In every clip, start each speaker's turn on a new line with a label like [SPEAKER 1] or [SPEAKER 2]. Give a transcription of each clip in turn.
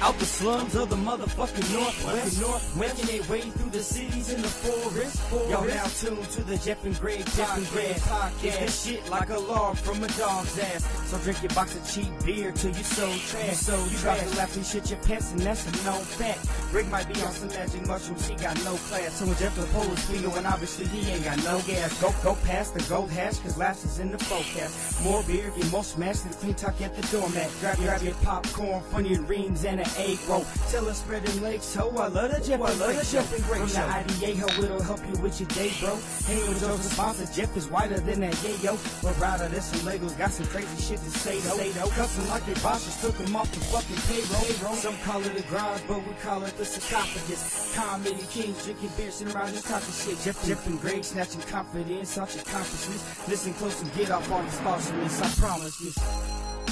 [SPEAKER 1] Out the slums of the motherfucking Northwest. North, making their way through the cities in the forest. Y'all now tuned to the Jeff and Greg Jeff and Greg podcast. It's this shit like a log from a dog's ass. So drink your box of cheap beer till you so trash. So you got to laugh and shit your pants, and that's a known fact. Rick might be on some magic mushrooms, he got no class. So when Jeff the pole is Leo, and obviously he ain't got no gas. Go go past the gold hash, cause laughs is in the forecast. More beer, get more smashed than clean talk at the doormat. Grab, grab your popcorn, funny rings, and an egg roll. Tell us spread them legs, ho. I love the Jeff, I love the Jeff and Greg show. From the IDA, ho, it'll help you with your day, bro. Hang with Joe's sponsor, Jeff is whiter than that yayo. But rather than some Legos, got some crazy shit to say, though. Say, though. Custom like they bosses, took them off the fucking payroll. Some call it a grind, but we call it the sarcophagus. Comedy kings drinking beer, sitting around and talking shit. Jeff, Jeff and Greg snatching confidence out your consciousness. Listen close and get off on the sponsorless, I promise this.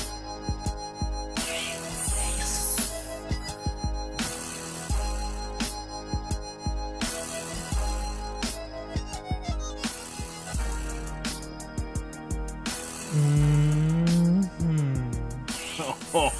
[SPEAKER 2] Oh,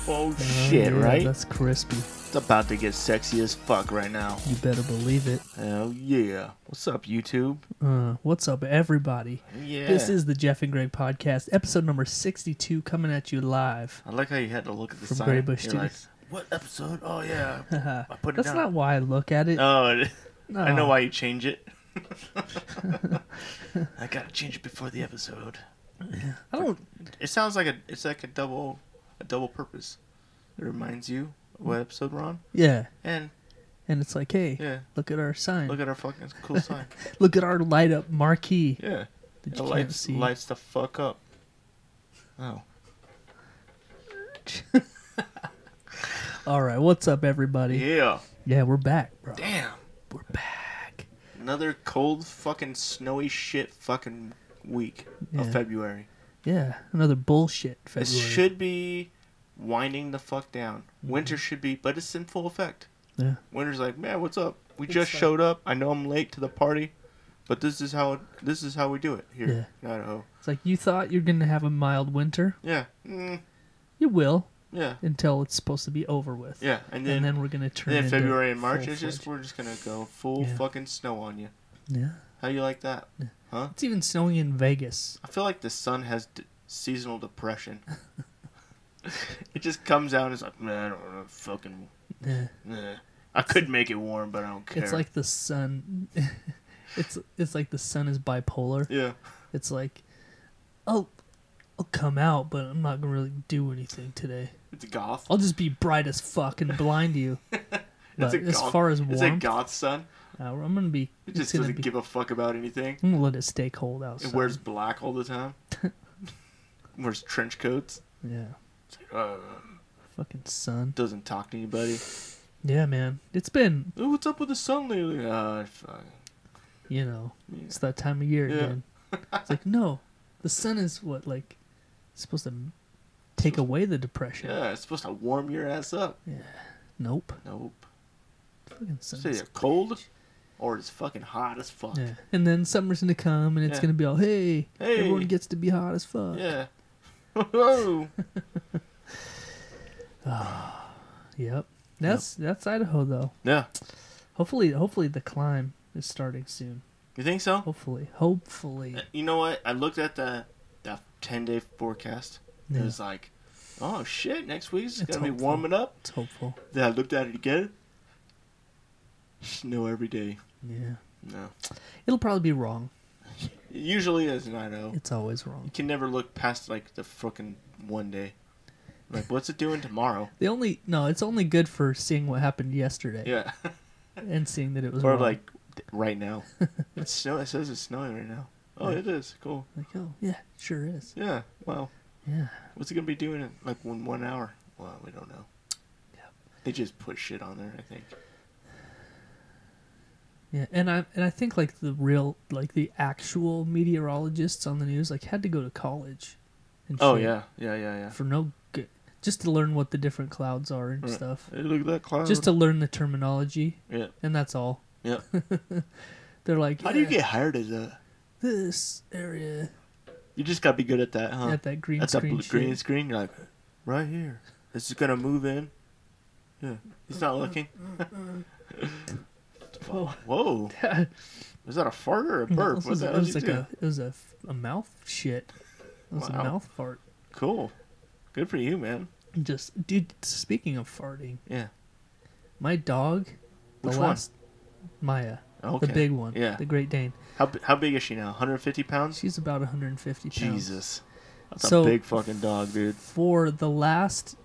[SPEAKER 2] oh, shit,
[SPEAKER 3] Mm-hmm. Yeah,
[SPEAKER 2] right?
[SPEAKER 3] That's crispy.
[SPEAKER 2] It's about to get sexy as fuck right now.
[SPEAKER 3] You better believe it.
[SPEAKER 2] Hell yeah. What's up, YouTube?
[SPEAKER 3] Uh, what's up, everybody?
[SPEAKER 2] Yeah.
[SPEAKER 3] This is the Jeff and Greg podcast, episode number 62, coming at you live.
[SPEAKER 2] I like how you had to look at the
[SPEAKER 3] From
[SPEAKER 2] sign.
[SPEAKER 3] Grey Bush
[SPEAKER 2] You're like,
[SPEAKER 3] Studios.
[SPEAKER 2] what episode? Oh, yeah.
[SPEAKER 3] Haha.
[SPEAKER 2] I put it
[SPEAKER 3] That's
[SPEAKER 2] down.
[SPEAKER 3] not why I look at it.
[SPEAKER 2] Oh, it- I know
[SPEAKER 3] No.
[SPEAKER 2] why you change it. I gotta change it before the episode.
[SPEAKER 3] I don't.
[SPEAKER 2] It sounds like a it's like a double a double purpose. It reminds you of what episode we're on,
[SPEAKER 3] Yeah.
[SPEAKER 2] and
[SPEAKER 3] And it's like, hey,
[SPEAKER 2] yeah,
[SPEAKER 3] look at our sign.
[SPEAKER 2] look at our fucking cool sign.
[SPEAKER 3] Look at our light up marquee.
[SPEAKER 2] Yeah, it
[SPEAKER 3] That you can't
[SPEAKER 2] lights
[SPEAKER 3] see.
[SPEAKER 2] lights the fuck up. Oh,
[SPEAKER 3] All right. What's up, everybody?
[SPEAKER 2] yeah.
[SPEAKER 3] Yeah, we're back, bro.
[SPEAKER 2] Damn.
[SPEAKER 3] We're back.
[SPEAKER 2] Another cold, fucking snowy shit fucking week
[SPEAKER 3] Yeah.
[SPEAKER 2] of February.
[SPEAKER 3] Yeah. Another bullshit February.
[SPEAKER 2] It should be winding the fuck down. Winter should be, but it's in full effect.
[SPEAKER 3] Yeah.
[SPEAKER 2] Winter's like, man, what's up? We just showed up. I know I'm late to the party, but this is how this is how we do it here. Yeah. Idaho.
[SPEAKER 3] It's like, you thought you're going to have a mild winter?
[SPEAKER 2] Yeah. Mm,
[SPEAKER 3] You will
[SPEAKER 2] yeah.
[SPEAKER 3] until it's supposed to be over with.
[SPEAKER 2] Yeah. And then,
[SPEAKER 3] and then we're gonna turn.
[SPEAKER 2] then
[SPEAKER 3] into
[SPEAKER 2] February and March, it's
[SPEAKER 3] full-fledged-
[SPEAKER 2] just we're just gonna go full
[SPEAKER 3] Yeah.
[SPEAKER 2] fucking snow on you.
[SPEAKER 3] yeah.
[SPEAKER 2] How you like that? Huh?
[SPEAKER 3] It's even snowing in Vegas.
[SPEAKER 2] I feel like the sun has d- seasonal depression. it just comes out and it's like, man, I don't know, fucking.
[SPEAKER 3] Yeah.
[SPEAKER 2] eh. I could make it warm, but I don't care.
[SPEAKER 3] It's like the sun. it's it's like the sun is bipolar.
[SPEAKER 2] yeah,
[SPEAKER 3] It's like, oh, I'll come out, but I'm not gonna really do anything today.
[SPEAKER 2] it's goth.
[SPEAKER 3] I'll just be bright as fuck and blind you. But
[SPEAKER 2] it's a
[SPEAKER 3] as
[SPEAKER 2] goth,
[SPEAKER 3] far as
[SPEAKER 2] it's a
[SPEAKER 3] warmth,
[SPEAKER 2] goth sun.
[SPEAKER 3] uh, I'm gonna be.
[SPEAKER 2] It
[SPEAKER 3] it's
[SPEAKER 2] just
[SPEAKER 3] gonna
[SPEAKER 2] doesn't
[SPEAKER 3] be.
[SPEAKER 2] give a fuck about anything.
[SPEAKER 3] I'm gonna let it stay cold outside.
[SPEAKER 2] It wears black all the time. wears trench coats.
[SPEAKER 3] yeah.
[SPEAKER 2] It's like, uh,
[SPEAKER 3] Fucking sun.
[SPEAKER 2] doesn't talk to anybody.
[SPEAKER 3] Yeah, man. It's been
[SPEAKER 2] Oh, what's up with the sun lately? Uh, fuck.
[SPEAKER 3] you know,
[SPEAKER 2] Yeah.
[SPEAKER 3] it's that time of year
[SPEAKER 2] Yeah.
[SPEAKER 3] again. It's like no, the sun is what like supposed to take away the depression.
[SPEAKER 2] Yeah, it's supposed to warm your ass up.
[SPEAKER 3] Nope,
[SPEAKER 2] Nope.
[SPEAKER 3] fucking sun.
[SPEAKER 2] It's either cold or it's fucking hot as fuck.
[SPEAKER 3] Yeah, and then summer's gonna come and it's
[SPEAKER 2] Yeah.
[SPEAKER 3] gonna be all hey,
[SPEAKER 2] Hey.
[SPEAKER 3] everyone gets to be hot as fuck.
[SPEAKER 2] Yeah. Whoa.
[SPEAKER 3] Yep, that's that's Idaho though.
[SPEAKER 2] yeah.
[SPEAKER 3] Hopefully, hopefully the climb is starting soon.
[SPEAKER 2] You think so?
[SPEAKER 3] Hopefully, hopefully.
[SPEAKER 2] You know what? I looked at the that ten day forecast.
[SPEAKER 3] Yeah.
[SPEAKER 2] It was like, oh shit, next week's
[SPEAKER 3] It's
[SPEAKER 2] gonna be
[SPEAKER 3] hopeful.
[SPEAKER 2] warming up.
[SPEAKER 3] It's hopeful.
[SPEAKER 2] Then I looked at it again. Snow every day.
[SPEAKER 3] Yeah,
[SPEAKER 2] No.
[SPEAKER 3] it'll probably be wrong.
[SPEAKER 2] It usually is in Idaho.
[SPEAKER 3] It's always
[SPEAKER 2] You
[SPEAKER 3] wrong.
[SPEAKER 2] can never look past like the fucking one day. Like, what's it doing tomorrow?
[SPEAKER 3] The only no, it's only good for seeing what happened yesterday
[SPEAKER 2] Yeah.
[SPEAKER 3] and seeing that it was
[SPEAKER 2] or
[SPEAKER 3] wrong.
[SPEAKER 2] like th- right now. it's snow. It says it's snowing right now. Oh,
[SPEAKER 3] Yeah.
[SPEAKER 2] it is. Cool.
[SPEAKER 3] like oh yeah, sure is.
[SPEAKER 2] Yeah. Wow.
[SPEAKER 3] Yeah.
[SPEAKER 2] What's it gonna be doing in like one one hour? Well, we don't know.
[SPEAKER 3] Yep.
[SPEAKER 2] They just put shit on there. I think.
[SPEAKER 3] Yeah, and I and I think like the real like the actual meteorologists on the news like had to go to college. And
[SPEAKER 2] Oh
[SPEAKER 3] shit
[SPEAKER 2] yeah, yeah, yeah, yeah.
[SPEAKER 3] For no good, just to learn what the different clouds are and
[SPEAKER 2] Right.
[SPEAKER 3] stuff.
[SPEAKER 2] Hey, look at that cloud.
[SPEAKER 3] Just to learn the terminology,
[SPEAKER 2] yeah,
[SPEAKER 3] and that's all.
[SPEAKER 2] yeah.
[SPEAKER 3] They're like,
[SPEAKER 2] How do you
[SPEAKER 3] "Yeah,
[SPEAKER 2] get hired as a?
[SPEAKER 3] this area
[SPEAKER 2] You just gotta be good at that, huh?
[SPEAKER 3] at that green
[SPEAKER 2] That's a
[SPEAKER 3] screen?
[SPEAKER 2] blue, green
[SPEAKER 3] shit.
[SPEAKER 2] screen. You're like, right here. This is gonna move in. Yeah. He's
[SPEAKER 3] Uh-huh.
[SPEAKER 2] not looking.
[SPEAKER 3] Whoa.
[SPEAKER 2] Whoa.
[SPEAKER 3] it
[SPEAKER 2] Is that a fart or a burp?
[SPEAKER 3] Oh, was,
[SPEAKER 2] What the
[SPEAKER 3] it
[SPEAKER 2] hell
[SPEAKER 3] was
[SPEAKER 2] did you
[SPEAKER 3] like
[SPEAKER 2] do?
[SPEAKER 3] a it was a, f- a mouth shit. It was
[SPEAKER 2] Wow.
[SPEAKER 3] a mouth fart.
[SPEAKER 2] Cool. Good for you, man.
[SPEAKER 3] Just dude. Speaking of farting,
[SPEAKER 2] Yeah.
[SPEAKER 3] my dog, the
[SPEAKER 2] Which one?
[SPEAKER 3] last Maya,
[SPEAKER 2] Okay.
[SPEAKER 3] the big one,
[SPEAKER 2] Yeah.
[SPEAKER 3] the Great Dane.
[SPEAKER 2] How, b- how big is she now? 150 pounds?
[SPEAKER 3] She's about 150 pounds.
[SPEAKER 2] Jesus. That's
[SPEAKER 3] So-
[SPEAKER 2] a big fucking dog, dude.
[SPEAKER 3] For the last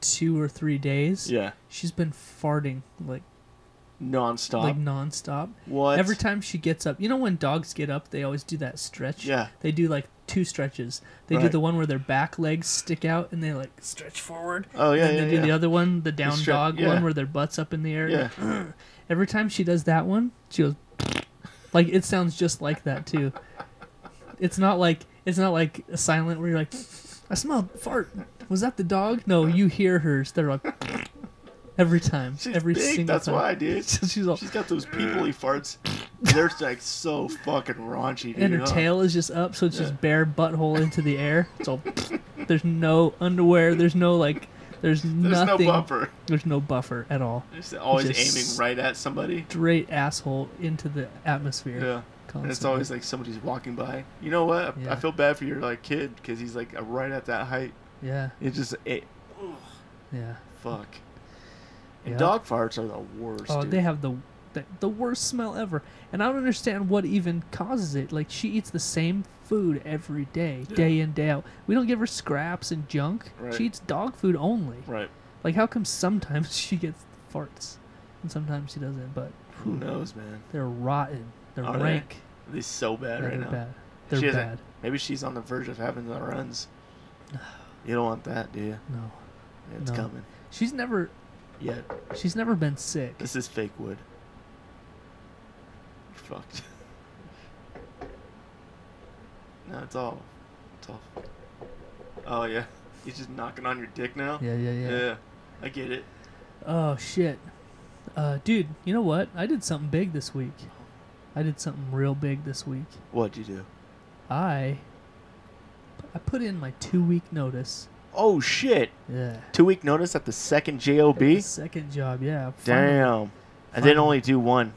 [SPEAKER 3] two or three days,
[SPEAKER 2] Yeah.
[SPEAKER 3] she's been farting like
[SPEAKER 2] Non-stop.
[SPEAKER 3] like nonstop.
[SPEAKER 2] what?
[SPEAKER 3] Every time she gets up, you know when dogs get up, they always do that stretch.
[SPEAKER 2] Yeah.
[SPEAKER 3] They do like two stretches. They do
[SPEAKER 2] Right.
[SPEAKER 3] the one where their back legs stick out and they like stretch forward.
[SPEAKER 2] Oh, yeah,
[SPEAKER 3] And
[SPEAKER 2] yeah,
[SPEAKER 3] they do
[SPEAKER 2] yeah.
[SPEAKER 3] the other one, the down
[SPEAKER 2] stre-
[SPEAKER 3] dog
[SPEAKER 2] yeah.
[SPEAKER 3] one, where their butts up in the air.
[SPEAKER 2] yeah.
[SPEAKER 3] Every time she does that one, she goes like it sounds just like that too. It's not like it's not like a silent where you're like, I smelled fart. Was that the dog? No, you hear hers. They're like every time,
[SPEAKER 2] She's
[SPEAKER 3] every
[SPEAKER 2] big.
[SPEAKER 3] single
[SPEAKER 2] That's
[SPEAKER 3] time.
[SPEAKER 2] why, dude.
[SPEAKER 3] She's all,
[SPEAKER 2] She's got those peoply farts. They're like so fucking raunchy, dude.
[SPEAKER 3] and her
[SPEAKER 2] huh?
[SPEAKER 3] tail is just up, so it's
[SPEAKER 2] Yeah.
[SPEAKER 3] just bare butthole into the air. It's all there's no underwear. There's no like. There's,
[SPEAKER 2] There's
[SPEAKER 3] nothing.
[SPEAKER 2] no bumper.
[SPEAKER 3] There's no buffer at all.
[SPEAKER 2] It's always aiming
[SPEAKER 3] Just-
[SPEAKER 2] right at somebody.
[SPEAKER 3] Straight asshole into the atmosphere.
[SPEAKER 2] Yeah. And it's
[SPEAKER 3] constantly.
[SPEAKER 2] always like somebody's walking by. You know what? I- I
[SPEAKER 3] Yeah.
[SPEAKER 2] feel bad for your like kid because he's like right at that height.
[SPEAKER 3] yeah,
[SPEAKER 2] It just it
[SPEAKER 3] yeah.
[SPEAKER 2] fuck. And
[SPEAKER 3] Yeah.
[SPEAKER 2] dog farts are the worst.
[SPEAKER 3] Oh,
[SPEAKER 2] dude.
[SPEAKER 3] they have the, the the worst smell ever, and I don't understand what even causes it. Like she eats the same food every day, day in day out. We don't give her scraps and junk.
[SPEAKER 2] Right.
[SPEAKER 3] She eats dog food only.
[SPEAKER 2] right.
[SPEAKER 3] Like how come sometimes she gets farts, and sometimes she doesn't? But
[SPEAKER 2] Who knows, man?
[SPEAKER 3] they're rotten. They're
[SPEAKER 2] Are they?
[SPEAKER 3] rank.
[SPEAKER 2] They're so bad
[SPEAKER 3] Yeah,
[SPEAKER 2] Oh, right
[SPEAKER 3] they're
[SPEAKER 2] now.
[SPEAKER 3] bad. They're
[SPEAKER 2] she hasn't-
[SPEAKER 3] bad.
[SPEAKER 2] Maybe she's on the verge of having the runs. You don't want that, do you?
[SPEAKER 3] No,
[SPEAKER 2] It's
[SPEAKER 3] No.
[SPEAKER 2] coming.
[SPEAKER 3] she's never
[SPEAKER 2] Yet
[SPEAKER 3] she's never been sick.
[SPEAKER 2] this is fake wood. You're fucked. no, it's all, it's all. Oh yeah, he's just knocking on your dick now.
[SPEAKER 3] Yeah, yeah, yeah.
[SPEAKER 2] Yeah, I get it.
[SPEAKER 3] Oh shit, uh, dude. You know what? I did something big this week. I did something real big this week.
[SPEAKER 2] What'd you do?
[SPEAKER 3] I I put in my two week notice.
[SPEAKER 2] Oh shit!
[SPEAKER 3] Yeah.
[SPEAKER 2] Two week notice at the second job.
[SPEAKER 3] The second job, yeah. finally.
[SPEAKER 2] Damn, I didn't
[SPEAKER 3] Fun.
[SPEAKER 2] only do one.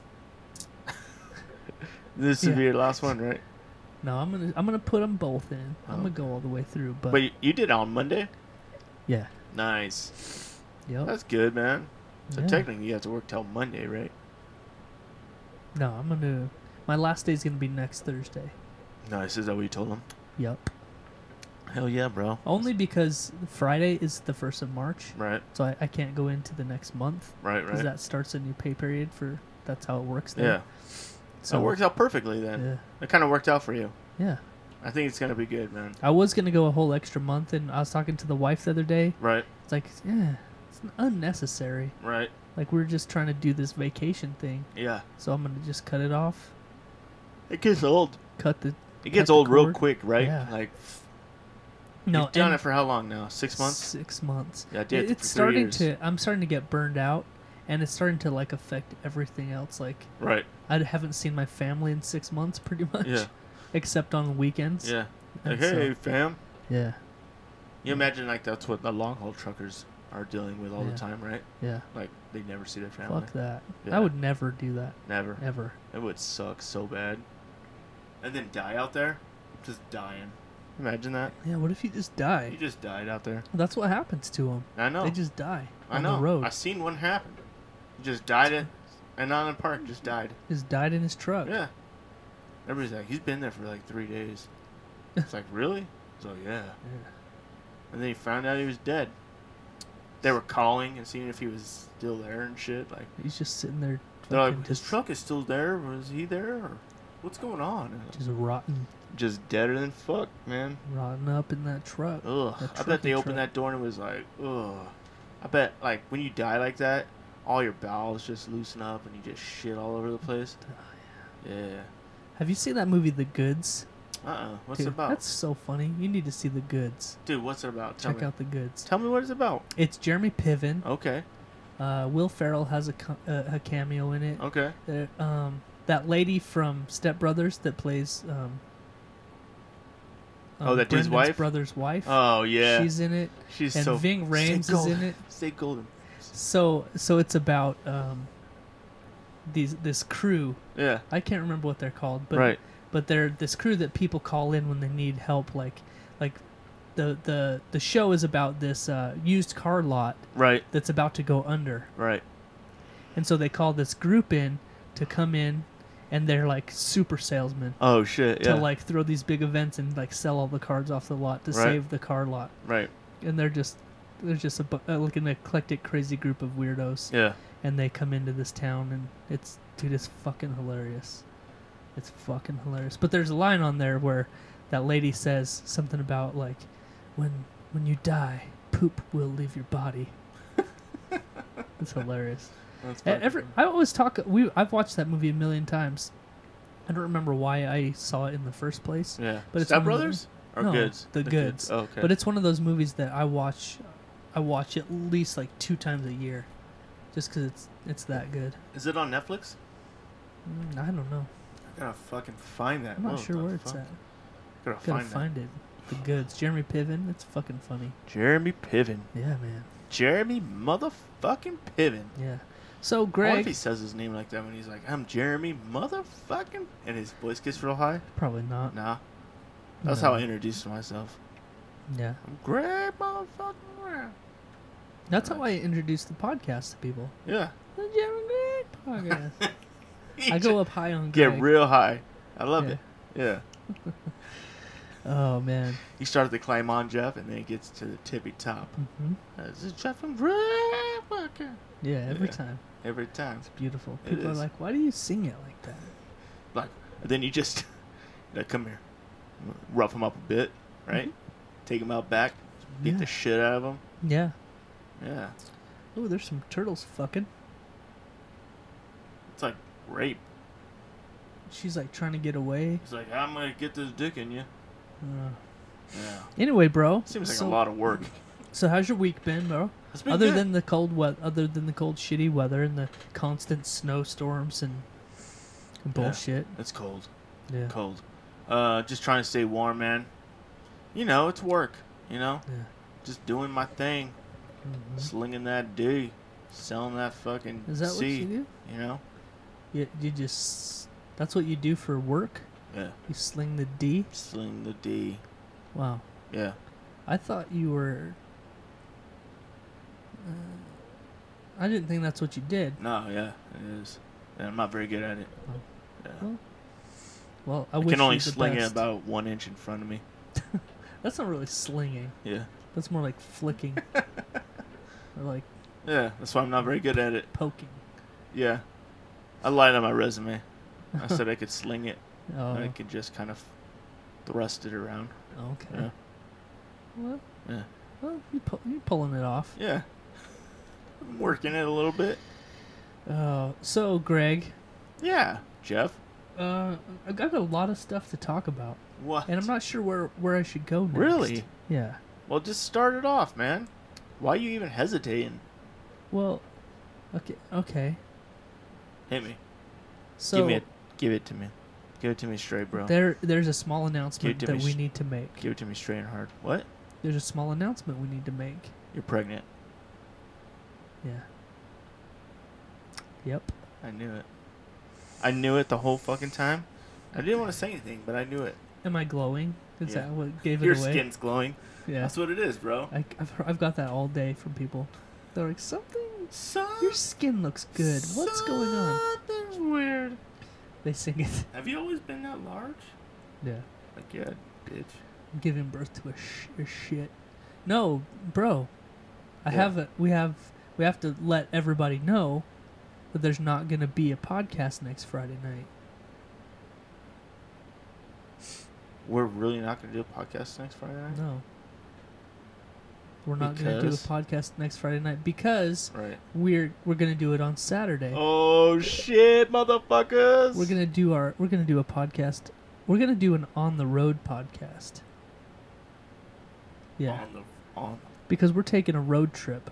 [SPEAKER 2] this would be
[SPEAKER 3] Yeah.
[SPEAKER 2] your last one, right?
[SPEAKER 3] No, I'm gonna I'm gonna put them both in.
[SPEAKER 2] Oh.
[SPEAKER 3] I'm gonna go all the way through. But,
[SPEAKER 2] But you, you did it on Monday.
[SPEAKER 3] yeah,
[SPEAKER 2] Nice.
[SPEAKER 3] yep.
[SPEAKER 2] That's good, man. So
[SPEAKER 3] Oh. yeah.
[SPEAKER 2] technically, you have to work till Monday, right?
[SPEAKER 3] no, I'm gonna. My last day's gonna be next Thursday.
[SPEAKER 2] Nice. Is that what you told him?
[SPEAKER 3] Yep.
[SPEAKER 2] Hell yeah, bro.
[SPEAKER 3] Only because Friday is the first of March,
[SPEAKER 2] Right,
[SPEAKER 3] so I, I can't go into the next month
[SPEAKER 2] right,
[SPEAKER 3] because
[SPEAKER 2] right.
[SPEAKER 3] that starts a new pay period for. That's how it works. There.
[SPEAKER 2] yeah. So
[SPEAKER 3] So
[SPEAKER 2] it works out perfectly then.
[SPEAKER 3] Yeah.
[SPEAKER 2] It kind of worked out for you.
[SPEAKER 3] Yeah.
[SPEAKER 2] I think it's gonna be good, man.
[SPEAKER 3] I was gonna go a whole extra month, and I was talking to the wife the other day,
[SPEAKER 2] Right,
[SPEAKER 3] It's like, yeah, it's unnecessary.
[SPEAKER 2] right.
[SPEAKER 3] Like we're just trying to do this vacation thing,
[SPEAKER 2] Yeah.
[SPEAKER 3] so I'm gonna just cut it off.
[SPEAKER 2] It gets old.
[SPEAKER 3] Cut the
[SPEAKER 2] It gets
[SPEAKER 3] the
[SPEAKER 2] old real
[SPEAKER 3] cord.
[SPEAKER 2] quick, right?
[SPEAKER 3] Yeah.
[SPEAKER 2] Like
[SPEAKER 3] no.
[SPEAKER 2] you've done
[SPEAKER 3] and
[SPEAKER 2] it for how long now? Six months.
[SPEAKER 3] Six months.
[SPEAKER 2] Yeah, I did it
[SPEAKER 3] It-
[SPEAKER 2] for
[SPEAKER 3] it's
[SPEAKER 2] three
[SPEAKER 3] starting
[SPEAKER 2] years.
[SPEAKER 3] to. I'm starting to get burned out, and it's starting to like affect everything else. Like
[SPEAKER 2] Right.
[SPEAKER 3] I haven't seen my family in six months, pretty much.
[SPEAKER 2] Yeah.
[SPEAKER 3] Except on the weekends.
[SPEAKER 2] Yeah. Like,
[SPEAKER 3] And
[SPEAKER 2] hey,
[SPEAKER 3] so-
[SPEAKER 2] fam.
[SPEAKER 3] Yeah.
[SPEAKER 2] You imagine like that's what the long haul truckers are dealing with all
[SPEAKER 3] Yeah.
[SPEAKER 2] the time, right?
[SPEAKER 3] Yeah.
[SPEAKER 2] Like they never see their family.
[SPEAKER 3] Fuck that.
[SPEAKER 2] Yeah.
[SPEAKER 3] I would never do that
[SPEAKER 2] Never.
[SPEAKER 3] ever.
[SPEAKER 2] It would suck so bad. And then die out there, just dying. Imagine that.
[SPEAKER 3] Yeah. What if you just
[SPEAKER 2] You
[SPEAKER 3] die?
[SPEAKER 2] just died out there.
[SPEAKER 3] That's what happens to them.
[SPEAKER 2] I know.
[SPEAKER 3] They just die
[SPEAKER 2] I
[SPEAKER 3] on
[SPEAKER 2] know.
[SPEAKER 3] the road.
[SPEAKER 2] I seen one happen. He just died in and not in park, just died.
[SPEAKER 3] Just died in his truck.
[SPEAKER 2] Yeah. Everybody's like, he's been there for like three days. It's like, really? So yeah. And then he found out he was dead. They were calling and seeing if he was still there and shit. Like
[SPEAKER 3] He's just sitting there.
[SPEAKER 2] they're
[SPEAKER 3] fucking
[SPEAKER 2] like, his
[SPEAKER 3] just-
[SPEAKER 2] truck is still there. Was he there? Or what's going on? And
[SPEAKER 3] Just rotten,
[SPEAKER 2] Just deader than fuck, man.
[SPEAKER 3] rotten up in that truck.
[SPEAKER 2] Ugh.
[SPEAKER 3] That
[SPEAKER 2] I bet they
[SPEAKER 3] trucking
[SPEAKER 2] opened
[SPEAKER 3] truck.
[SPEAKER 2] that door and it was like, ugh. I bet like when you die like that, all your bowels just loosen up and you just shit all over the place. Yeah.
[SPEAKER 3] Have you seen that movie, The Goods?
[SPEAKER 2] Uh uh What's it
[SPEAKER 3] Dude,
[SPEAKER 2] about?
[SPEAKER 3] That's so funny. You need to see The Goods.
[SPEAKER 2] Dude, what's it about? Tell
[SPEAKER 3] Check
[SPEAKER 2] me. Oh.
[SPEAKER 3] out The Goods.
[SPEAKER 2] Tell me what it's about.
[SPEAKER 3] It's Jeremy Piven.
[SPEAKER 2] Okay.
[SPEAKER 3] Uh, Will Ferrell has a, co- uh, a cameo in it.
[SPEAKER 2] Okay.
[SPEAKER 3] There- um, that lady from Step Brothers that plays. Um,
[SPEAKER 2] Oh,
[SPEAKER 3] um,
[SPEAKER 2] that dude's
[SPEAKER 3] Brendan's
[SPEAKER 2] wife?
[SPEAKER 3] brother's wife.
[SPEAKER 2] Oh yeah. She's,
[SPEAKER 3] She's in it, and
[SPEAKER 2] so
[SPEAKER 3] Ving
[SPEAKER 2] stay
[SPEAKER 3] Rhames is
[SPEAKER 2] golden.
[SPEAKER 3] in it.
[SPEAKER 2] Stay golden.
[SPEAKER 3] So so it's about um, these this crew.
[SPEAKER 2] Yeah.
[SPEAKER 3] I can't remember what they're called, but
[SPEAKER 2] right.
[SPEAKER 3] but they're this crew that people call in when they need help. Like like the the the show is about this uh, used car lot
[SPEAKER 2] Right.
[SPEAKER 3] that's about to go under,
[SPEAKER 2] Right.
[SPEAKER 3] and so they call this group in to come in, and they're like super salesmen
[SPEAKER 2] Oh shit. Yeah.
[SPEAKER 3] to like throw these big events and like sell all the cards off the lot to
[SPEAKER 2] Right.
[SPEAKER 3] save the car lot.
[SPEAKER 2] right.
[SPEAKER 3] and they're just they're just a bu- uh, like an eclectic crazy group of weirdos
[SPEAKER 2] Yeah.
[SPEAKER 3] and they come into this town and it's dude it's fucking hilarious it's fucking hilarious but there's a line on there where that lady says something about like when when you die poop will leave your body it's hilarious
[SPEAKER 2] That's
[SPEAKER 3] E-
[SPEAKER 2] fucking-
[SPEAKER 3] every i always talk we i've watched that movie a million times i don't remember why i saw it in the first place
[SPEAKER 2] Yeah.
[SPEAKER 3] but it's
[SPEAKER 2] Step
[SPEAKER 3] one of the-
[SPEAKER 2] Brothers or
[SPEAKER 3] No,
[SPEAKER 2] Goods?
[SPEAKER 3] the Goods.
[SPEAKER 2] Oh, okay.
[SPEAKER 3] But it's one of those movies that I watch, I watch at least like two times a year, just 'cause it's it's that good.
[SPEAKER 2] Is it on Netflix?
[SPEAKER 3] Mm, I don't know.
[SPEAKER 2] I gotta fucking find that.
[SPEAKER 3] I'm not
[SPEAKER 2] Whoa,
[SPEAKER 3] sure
[SPEAKER 2] the
[SPEAKER 3] where it's
[SPEAKER 2] fuck?
[SPEAKER 3] at.
[SPEAKER 2] Gotta,
[SPEAKER 3] Gotta
[SPEAKER 2] find,
[SPEAKER 3] find it. The goods. Jeremy Piven. It's fucking funny.
[SPEAKER 2] that. Jeremy Piven.
[SPEAKER 3] Yeah, man.
[SPEAKER 2] Jeremy motherfucking Piven.
[SPEAKER 3] Yeah. So
[SPEAKER 2] I wonder if
[SPEAKER 3] Greg,
[SPEAKER 2] he says his name like that when he's like, "I'm Jeremy motherfucking," and his voice gets real high.
[SPEAKER 3] probably not.
[SPEAKER 2] Nah, that's
[SPEAKER 3] No.
[SPEAKER 2] how I introduced myself.
[SPEAKER 3] Yeah.
[SPEAKER 2] I'm Greg motherfucking. Brown.
[SPEAKER 3] That's how I introduce the podcast to people.
[SPEAKER 2] Yeah.
[SPEAKER 3] The Jeremy Greg podcast. I go up high on
[SPEAKER 2] get
[SPEAKER 3] Greg.
[SPEAKER 2] real high. I love
[SPEAKER 3] Yeah.
[SPEAKER 2] it. Yeah.
[SPEAKER 3] Oh man.
[SPEAKER 2] He started to climb on Jeff, and then it gets to the tippy top.
[SPEAKER 3] hmm
[SPEAKER 2] Uh, This is Jeff from Greg fucking-
[SPEAKER 3] Yeah. Every
[SPEAKER 2] Yeah.
[SPEAKER 3] time.
[SPEAKER 2] Every time.
[SPEAKER 3] It's beautiful.
[SPEAKER 2] It
[SPEAKER 3] People are
[SPEAKER 2] is.
[SPEAKER 3] like, "Why do you sing it like that?"
[SPEAKER 2] Like, and then you just like, come here, rough him up a bit, right? Take him out back, beat
[SPEAKER 3] Mm-hmm. Yeah.
[SPEAKER 2] the shit out of him.
[SPEAKER 3] Yeah.
[SPEAKER 2] Yeah,
[SPEAKER 3] Oh, there's some turtles fucking.
[SPEAKER 2] it's like rape.
[SPEAKER 3] She's like trying to get away.
[SPEAKER 2] It's like I'm gonna get this dick in you.
[SPEAKER 3] Uh,
[SPEAKER 2] Yeah,
[SPEAKER 3] anyway, bro.
[SPEAKER 2] seems like
[SPEAKER 3] so,
[SPEAKER 2] a lot of work.
[SPEAKER 3] So how's your week been, bro?
[SPEAKER 2] It's been
[SPEAKER 3] Other
[SPEAKER 2] good.
[SPEAKER 3] than the cold weather, other than the cold shitty weather and the constant snowstorms and bullshit.
[SPEAKER 2] it's cold,
[SPEAKER 3] Yeah. Yeah.
[SPEAKER 2] cold. Uh, just trying to stay warm, man. You know, it's work. You know, just doing my thing,
[SPEAKER 3] Mhm.
[SPEAKER 2] slinging that D, selling that fucking
[SPEAKER 3] Is that what
[SPEAKER 2] C,
[SPEAKER 3] you do?
[SPEAKER 2] you know?
[SPEAKER 3] You, you just that's what you do for work.
[SPEAKER 2] Yeah,
[SPEAKER 3] You sling the D.
[SPEAKER 2] sling the D.
[SPEAKER 3] Wow.
[SPEAKER 2] Yeah.
[SPEAKER 3] I thought you were. Uh, I didn't think that's what you did.
[SPEAKER 2] No, yeah, it is. And I'm not very good at it.
[SPEAKER 3] Oh.
[SPEAKER 2] Yeah.
[SPEAKER 3] Well, Well, I,
[SPEAKER 2] I
[SPEAKER 3] wish
[SPEAKER 2] can only
[SPEAKER 3] you the
[SPEAKER 2] sling
[SPEAKER 3] best.
[SPEAKER 2] it about one inch in front of me.
[SPEAKER 3] That's not really slinging.
[SPEAKER 2] Yeah.
[SPEAKER 3] That's more like flicking. or like
[SPEAKER 2] Yeah, that's why I'm not very good at it.
[SPEAKER 3] poking.
[SPEAKER 2] Yeah. I lied on my resume. I said I could sling it.
[SPEAKER 3] Oh,
[SPEAKER 2] I could just kind of thrust it around.
[SPEAKER 3] okay.
[SPEAKER 2] Yeah.
[SPEAKER 3] Well,
[SPEAKER 2] Yeah.
[SPEAKER 3] well you pu- you're pulling it off.
[SPEAKER 2] Yeah. I'm working it a little bit.
[SPEAKER 3] Uh, so, Greg,
[SPEAKER 2] Yeah. Jeff,
[SPEAKER 3] uh, I've got a lot of stuff to talk about,
[SPEAKER 2] what?
[SPEAKER 3] and I'm not sure where, where I should go next.
[SPEAKER 2] Really?
[SPEAKER 3] Yeah.
[SPEAKER 2] Well, just start it off, man. Why you even hesitating?
[SPEAKER 3] Well, okay. Okay.
[SPEAKER 2] Hit me.
[SPEAKER 3] So
[SPEAKER 2] give me it. Give it to me. Give it to me straight, bro.
[SPEAKER 3] there, there's a small
[SPEAKER 2] Give
[SPEAKER 3] announcement
[SPEAKER 2] it to
[SPEAKER 3] that
[SPEAKER 2] me
[SPEAKER 3] we
[SPEAKER 2] s-
[SPEAKER 3] need to make.
[SPEAKER 2] Give it to me straight and hard. What?
[SPEAKER 3] There's a small announcement we need to make.
[SPEAKER 2] You're pregnant.
[SPEAKER 3] Yeah. Yep.
[SPEAKER 2] I knew it. I knew it the whole fucking time. I didn't want to say anything, but I knew it.
[SPEAKER 3] Am I glowing? Is
[SPEAKER 2] Yeah.
[SPEAKER 3] that what gave
[SPEAKER 2] Your
[SPEAKER 3] it away?
[SPEAKER 2] skin's glowing.
[SPEAKER 3] Yeah.
[SPEAKER 2] That's what it is, bro.
[SPEAKER 3] I, I've, heard, I've got that all day from people. They're like, something.
[SPEAKER 2] Some,
[SPEAKER 3] Your skin looks good. What's going on?
[SPEAKER 2] Something's weird.
[SPEAKER 3] They sing it.
[SPEAKER 2] Have you always been that large?
[SPEAKER 3] Yeah.
[SPEAKER 2] Like, yeah, bitch.
[SPEAKER 3] Giving birth to a, sh- a shit. No, bro. I
[SPEAKER 2] What?
[SPEAKER 3] have a, We have. We have to let everybody know that there's not gonna be a podcast next Friday night.
[SPEAKER 2] We're really not going to do a podcast next Friday night?
[SPEAKER 3] No. We're not gonna do a
[SPEAKER 2] Because?
[SPEAKER 3] podcast next Friday night because
[SPEAKER 2] Right.
[SPEAKER 3] we're we're gonna do it on Saturday.
[SPEAKER 2] Oh, shit, motherfuckers.
[SPEAKER 3] We're gonna do our. We're gonna do a podcast. We're gonna do an on the road podcast. Yeah,
[SPEAKER 2] On the, on,
[SPEAKER 3] because we're taking a road trip.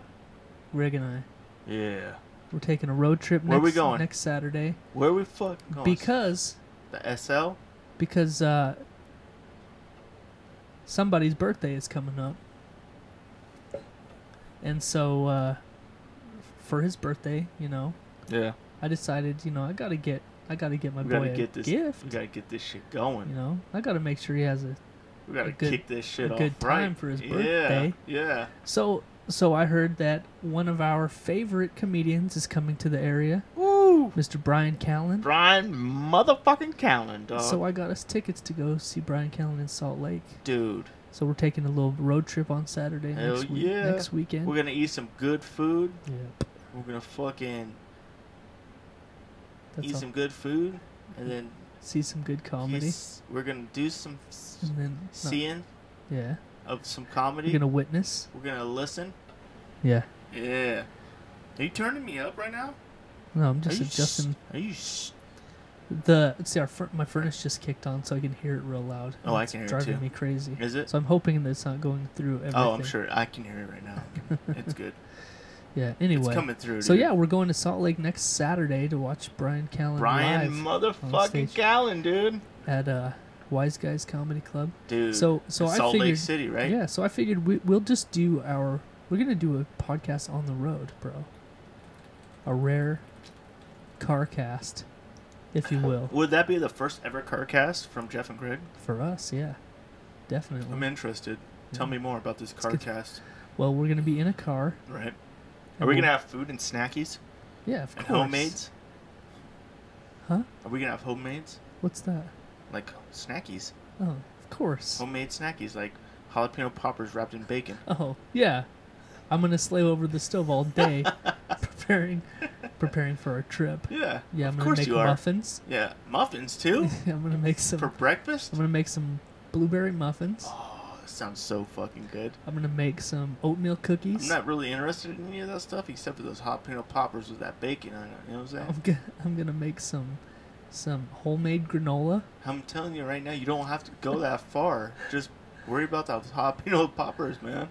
[SPEAKER 3] Rig and I.
[SPEAKER 2] yeah.
[SPEAKER 3] We're taking a road trip. Next,
[SPEAKER 2] Where we going?
[SPEAKER 3] Next Saturday.
[SPEAKER 2] Where we fucking going?
[SPEAKER 3] Because
[SPEAKER 2] The SL?
[SPEAKER 3] because uh, somebody's birthday is coming up, and so uh, for his birthday, you know,
[SPEAKER 2] Yeah.
[SPEAKER 3] I decided, you know, I gotta get, I gotta get my
[SPEAKER 2] We
[SPEAKER 3] boy
[SPEAKER 2] gotta
[SPEAKER 3] a
[SPEAKER 2] get this.
[SPEAKER 3] gift.
[SPEAKER 2] We gotta get this shit going.
[SPEAKER 3] You know, I gotta make sure he has a.
[SPEAKER 2] we gotta
[SPEAKER 3] a good-
[SPEAKER 2] kick this shit
[SPEAKER 3] a
[SPEAKER 2] off
[SPEAKER 3] good
[SPEAKER 2] right.
[SPEAKER 3] time for his
[SPEAKER 2] Yeah,
[SPEAKER 3] birthday.
[SPEAKER 2] Yeah.
[SPEAKER 3] So, so I heard that one of our favorite comedians is coming to the area,
[SPEAKER 2] Woo!
[SPEAKER 3] Mr. Brian Callen.
[SPEAKER 2] Brian uh, motherfucking Callen, dog.
[SPEAKER 3] So I got us tickets to go see Brian Callen in Salt Lake.
[SPEAKER 2] Dude,
[SPEAKER 3] So we're taking a little road trip on Saturday
[SPEAKER 2] Hell
[SPEAKER 3] next week,
[SPEAKER 2] yeah.
[SPEAKER 3] next weekend.
[SPEAKER 2] we're gonna eat some good food.
[SPEAKER 3] yeah,
[SPEAKER 2] We're gonna fucking
[SPEAKER 3] that's
[SPEAKER 2] eat
[SPEAKER 3] all.
[SPEAKER 2] some good food, and then
[SPEAKER 3] See some good comedy,
[SPEAKER 2] he's- we're gonna do some s-
[SPEAKER 3] and then no,
[SPEAKER 2] seeing
[SPEAKER 3] yeah,
[SPEAKER 2] of some
[SPEAKER 3] you're
[SPEAKER 2] comedy.
[SPEAKER 3] gonna witness.
[SPEAKER 2] We're gonna listen.
[SPEAKER 3] Yeah,
[SPEAKER 2] Yeah. Are you turning me up right now?
[SPEAKER 3] no, I'm
[SPEAKER 2] are
[SPEAKER 3] just
[SPEAKER 2] you
[SPEAKER 3] adjusting
[SPEAKER 2] s- Are you? s
[SPEAKER 3] the. See, our fur- my furnace just kicked on, so I can hear it real loud.
[SPEAKER 2] Oh, I
[SPEAKER 3] It's
[SPEAKER 2] can hear it
[SPEAKER 3] driving
[SPEAKER 2] too.
[SPEAKER 3] me crazy.
[SPEAKER 2] is it?
[SPEAKER 3] So I'm hoping that it's not going through everything.
[SPEAKER 2] Oh, I'm sure. I can hear it right now. It's good.
[SPEAKER 3] Yeah. Anyway,
[SPEAKER 2] It's coming through.
[SPEAKER 3] so
[SPEAKER 2] dude.
[SPEAKER 3] yeah, we're going to Salt Lake next Saturday to watch Brian Callen
[SPEAKER 2] Brian
[SPEAKER 3] live
[SPEAKER 2] motherfucking
[SPEAKER 3] stage.
[SPEAKER 2] Callen, dude.
[SPEAKER 3] at uh, Wise Guys Comedy Club.
[SPEAKER 2] Dude.
[SPEAKER 3] So- so
[SPEAKER 2] in
[SPEAKER 3] I
[SPEAKER 2] Salt Lake
[SPEAKER 3] figured-
[SPEAKER 2] City, right?
[SPEAKER 3] Yeah, so I figured we, we'll just do our. We're gonna do a podcast on the road, bro. A rare car cast, if you will,
[SPEAKER 2] Would that be the first ever car cast from Jeff and Greg?
[SPEAKER 3] for us. Yeah, definitely.
[SPEAKER 2] I'm interested. Tell
[SPEAKER 3] Yeah.
[SPEAKER 2] me more about this car
[SPEAKER 3] good.
[SPEAKER 2] cast.
[SPEAKER 3] Well, we're gonna be in a car.
[SPEAKER 2] Right.
[SPEAKER 3] and
[SPEAKER 2] Are we
[SPEAKER 3] we'll-
[SPEAKER 2] gonna have food and snackies
[SPEAKER 3] Yeah, of
[SPEAKER 2] and
[SPEAKER 3] course.
[SPEAKER 2] homemades?
[SPEAKER 3] Huh?
[SPEAKER 2] Are we gonna have homemades?
[SPEAKER 3] What's that?
[SPEAKER 2] Like snackies.
[SPEAKER 3] Oh, of course.
[SPEAKER 2] Homemade snackies like jalapeno poppers wrapped in bacon.
[SPEAKER 3] Oh yeah, I'm gonna slave over the stove all day, preparing, preparing for our trip.
[SPEAKER 2] Yeah.
[SPEAKER 3] Yeah, I'm
[SPEAKER 2] of
[SPEAKER 3] gonna
[SPEAKER 2] course
[SPEAKER 3] make
[SPEAKER 2] you are.
[SPEAKER 3] muffins.
[SPEAKER 2] Yeah. Muffins too?
[SPEAKER 3] I'm gonna make some.
[SPEAKER 2] For breakfast?
[SPEAKER 3] I'm gonna make some blueberry muffins.
[SPEAKER 2] Oh, that sounds so fucking good.
[SPEAKER 3] I'm gonna make some oatmeal
[SPEAKER 2] I'm
[SPEAKER 3] cookies.
[SPEAKER 2] not really interested in any of that stuff except for those jalapeno poppers with that bacon on it. You know what I'm saying?
[SPEAKER 3] I'm gonna, I'm gonna make some, some homemade granola.
[SPEAKER 2] I'm telling you right now, you don't have to go that far. Just worry about those jalapeno poppers, man.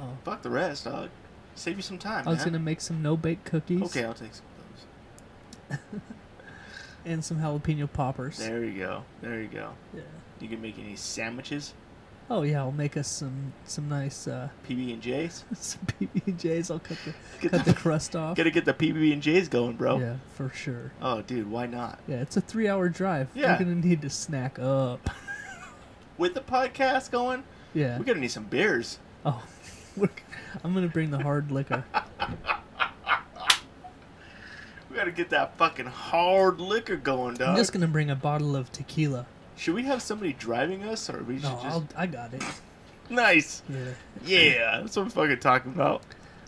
[SPEAKER 3] Oh,
[SPEAKER 2] Fuck the rest, dog. Save you some time,
[SPEAKER 3] I was
[SPEAKER 2] man.
[SPEAKER 3] gonna make some no bake cookies.
[SPEAKER 2] Okay, I'll take some of those.
[SPEAKER 3] And some jalapeno poppers.
[SPEAKER 2] There you go. There you go.
[SPEAKER 3] Yeah.
[SPEAKER 2] You can make any sandwiches,
[SPEAKER 3] Oh yeah, I'll make us some some nice uh,
[SPEAKER 2] PB and J's.
[SPEAKER 3] some PB J's. I'll cut the
[SPEAKER 2] Get
[SPEAKER 3] cut
[SPEAKER 2] the-
[SPEAKER 3] the crust off.
[SPEAKER 2] Gotta get the PB and J's going, bro.
[SPEAKER 3] Oh. Yeah, for sure.
[SPEAKER 2] Oh, dude, why not?
[SPEAKER 3] Yeah, it's a three hour drive.
[SPEAKER 2] Yeah.
[SPEAKER 3] You're gonna need to snack up.
[SPEAKER 2] With the podcast going,
[SPEAKER 3] Yeah.
[SPEAKER 2] we're gonna need some beers.
[SPEAKER 3] Oh, we're, I'm gonna bring the hard liquor.
[SPEAKER 2] We gotta get that fucking hard liquor going, dog.
[SPEAKER 3] I'm just gonna bring a bottle of tequila.
[SPEAKER 2] Should we have somebody driving us, or we should
[SPEAKER 3] No,
[SPEAKER 2] just
[SPEAKER 3] I'll, I got it.
[SPEAKER 2] nice?
[SPEAKER 3] Yeah.
[SPEAKER 2] Yeah, that's what I'm fucking talking about.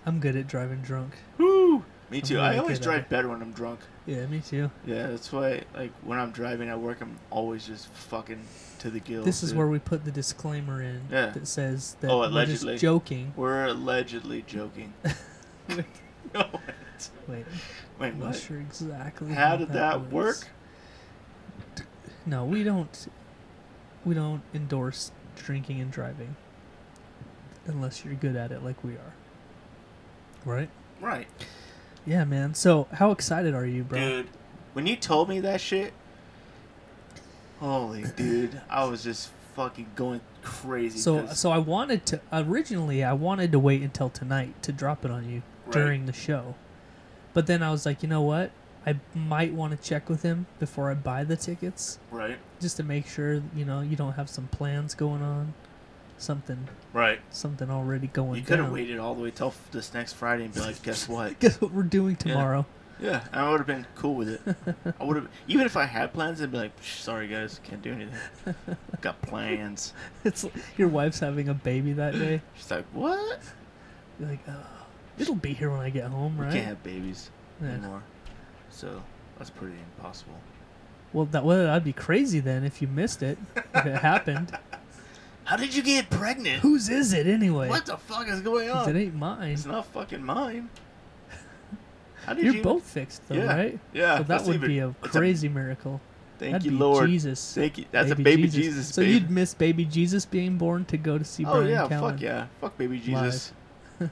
[SPEAKER 3] I'm good at driving drunk.
[SPEAKER 2] Woo! Me too.
[SPEAKER 3] really
[SPEAKER 2] I always
[SPEAKER 3] good at
[SPEAKER 2] drive
[SPEAKER 3] it.
[SPEAKER 2] better when I'm drunk.
[SPEAKER 3] Yeah, me too.
[SPEAKER 2] Yeah, that's why. Like when I'm driving at work, I'm always just fucking to the gills.
[SPEAKER 3] This is
[SPEAKER 2] dude.
[SPEAKER 3] where we put the disclaimer in
[SPEAKER 2] Yeah.
[SPEAKER 3] that says that
[SPEAKER 2] Oh,
[SPEAKER 3] we're just
[SPEAKER 2] allegedly.
[SPEAKER 3] joking.
[SPEAKER 2] we're allegedly joking.
[SPEAKER 3] Wait,
[SPEAKER 2] no,
[SPEAKER 3] wait,
[SPEAKER 2] wait,
[SPEAKER 3] I'm
[SPEAKER 2] what?
[SPEAKER 3] not sure exactly.
[SPEAKER 2] How did that,
[SPEAKER 3] was.
[SPEAKER 2] work?
[SPEAKER 3] No, we don't. We don't endorse drinking and driving unless you're good at it, like we are. Right.
[SPEAKER 2] Right,
[SPEAKER 3] Yeah, man. So, how excited are you, bro?
[SPEAKER 2] dude. When you told me that shit, holy dude, I was just fucking going crazy.
[SPEAKER 3] so,
[SPEAKER 2] 'cause-
[SPEAKER 3] so I wanted to originally I wanted to wait until tonight to drop it on you
[SPEAKER 2] Right.
[SPEAKER 3] during the show, but then I was like, you know what? I might want to check with him before I buy the tickets,
[SPEAKER 2] right,
[SPEAKER 3] just to make sure you know you don't have some plans going on, something
[SPEAKER 2] right.
[SPEAKER 3] something already going.
[SPEAKER 2] You could have
[SPEAKER 3] down.
[SPEAKER 2] waited all the way till f- this next Friday and be like, guess what?
[SPEAKER 3] Guess what we're doing tomorrow?
[SPEAKER 2] Yeah, I would have been cool with it. I would have, even if I had plans, I'd be like, "Psh, sorry guys, can't do anything. Got plans.
[SPEAKER 3] It's like your wife's having a baby that day.
[SPEAKER 2] She's like, what?
[SPEAKER 3] You're like, oh, it'll be here when I get home,
[SPEAKER 2] We
[SPEAKER 3] right?
[SPEAKER 2] can't have babies
[SPEAKER 3] Yeah.
[SPEAKER 2] anymore. So that's pretty impossible.
[SPEAKER 3] Well, that well, that'd be crazy then if you missed it, if it happened.
[SPEAKER 2] How did you get pregnant?
[SPEAKER 3] Whose is it anyway?
[SPEAKER 2] What the fuck is going
[SPEAKER 3] If It
[SPEAKER 2] on?
[SPEAKER 3] ain't mine.
[SPEAKER 2] Oh. It's not fucking mine. How did
[SPEAKER 3] You're
[SPEAKER 2] you?
[SPEAKER 3] both fixed though,
[SPEAKER 2] Yeah.
[SPEAKER 3] right?
[SPEAKER 2] Yeah,
[SPEAKER 3] So that
[SPEAKER 2] that's
[SPEAKER 3] would
[SPEAKER 2] even-
[SPEAKER 3] be a
[SPEAKER 2] it's a-
[SPEAKER 3] crazy miracle.
[SPEAKER 2] Thank
[SPEAKER 3] That'd
[SPEAKER 2] you,
[SPEAKER 3] be
[SPEAKER 2] Lord.
[SPEAKER 3] Jesus.
[SPEAKER 2] Thank you. That's a baby Jesus.
[SPEAKER 3] So
[SPEAKER 2] baby.
[SPEAKER 3] you'd miss baby Jesus being born to go to see
[SPEAKER 2] oh
[SPEAKER 3] Brian
[SPEAKER 2] yeah,
[SPEAKER 3] Callen.
[SPEAKER 2] fuck yeah, fuck baby Jesus. I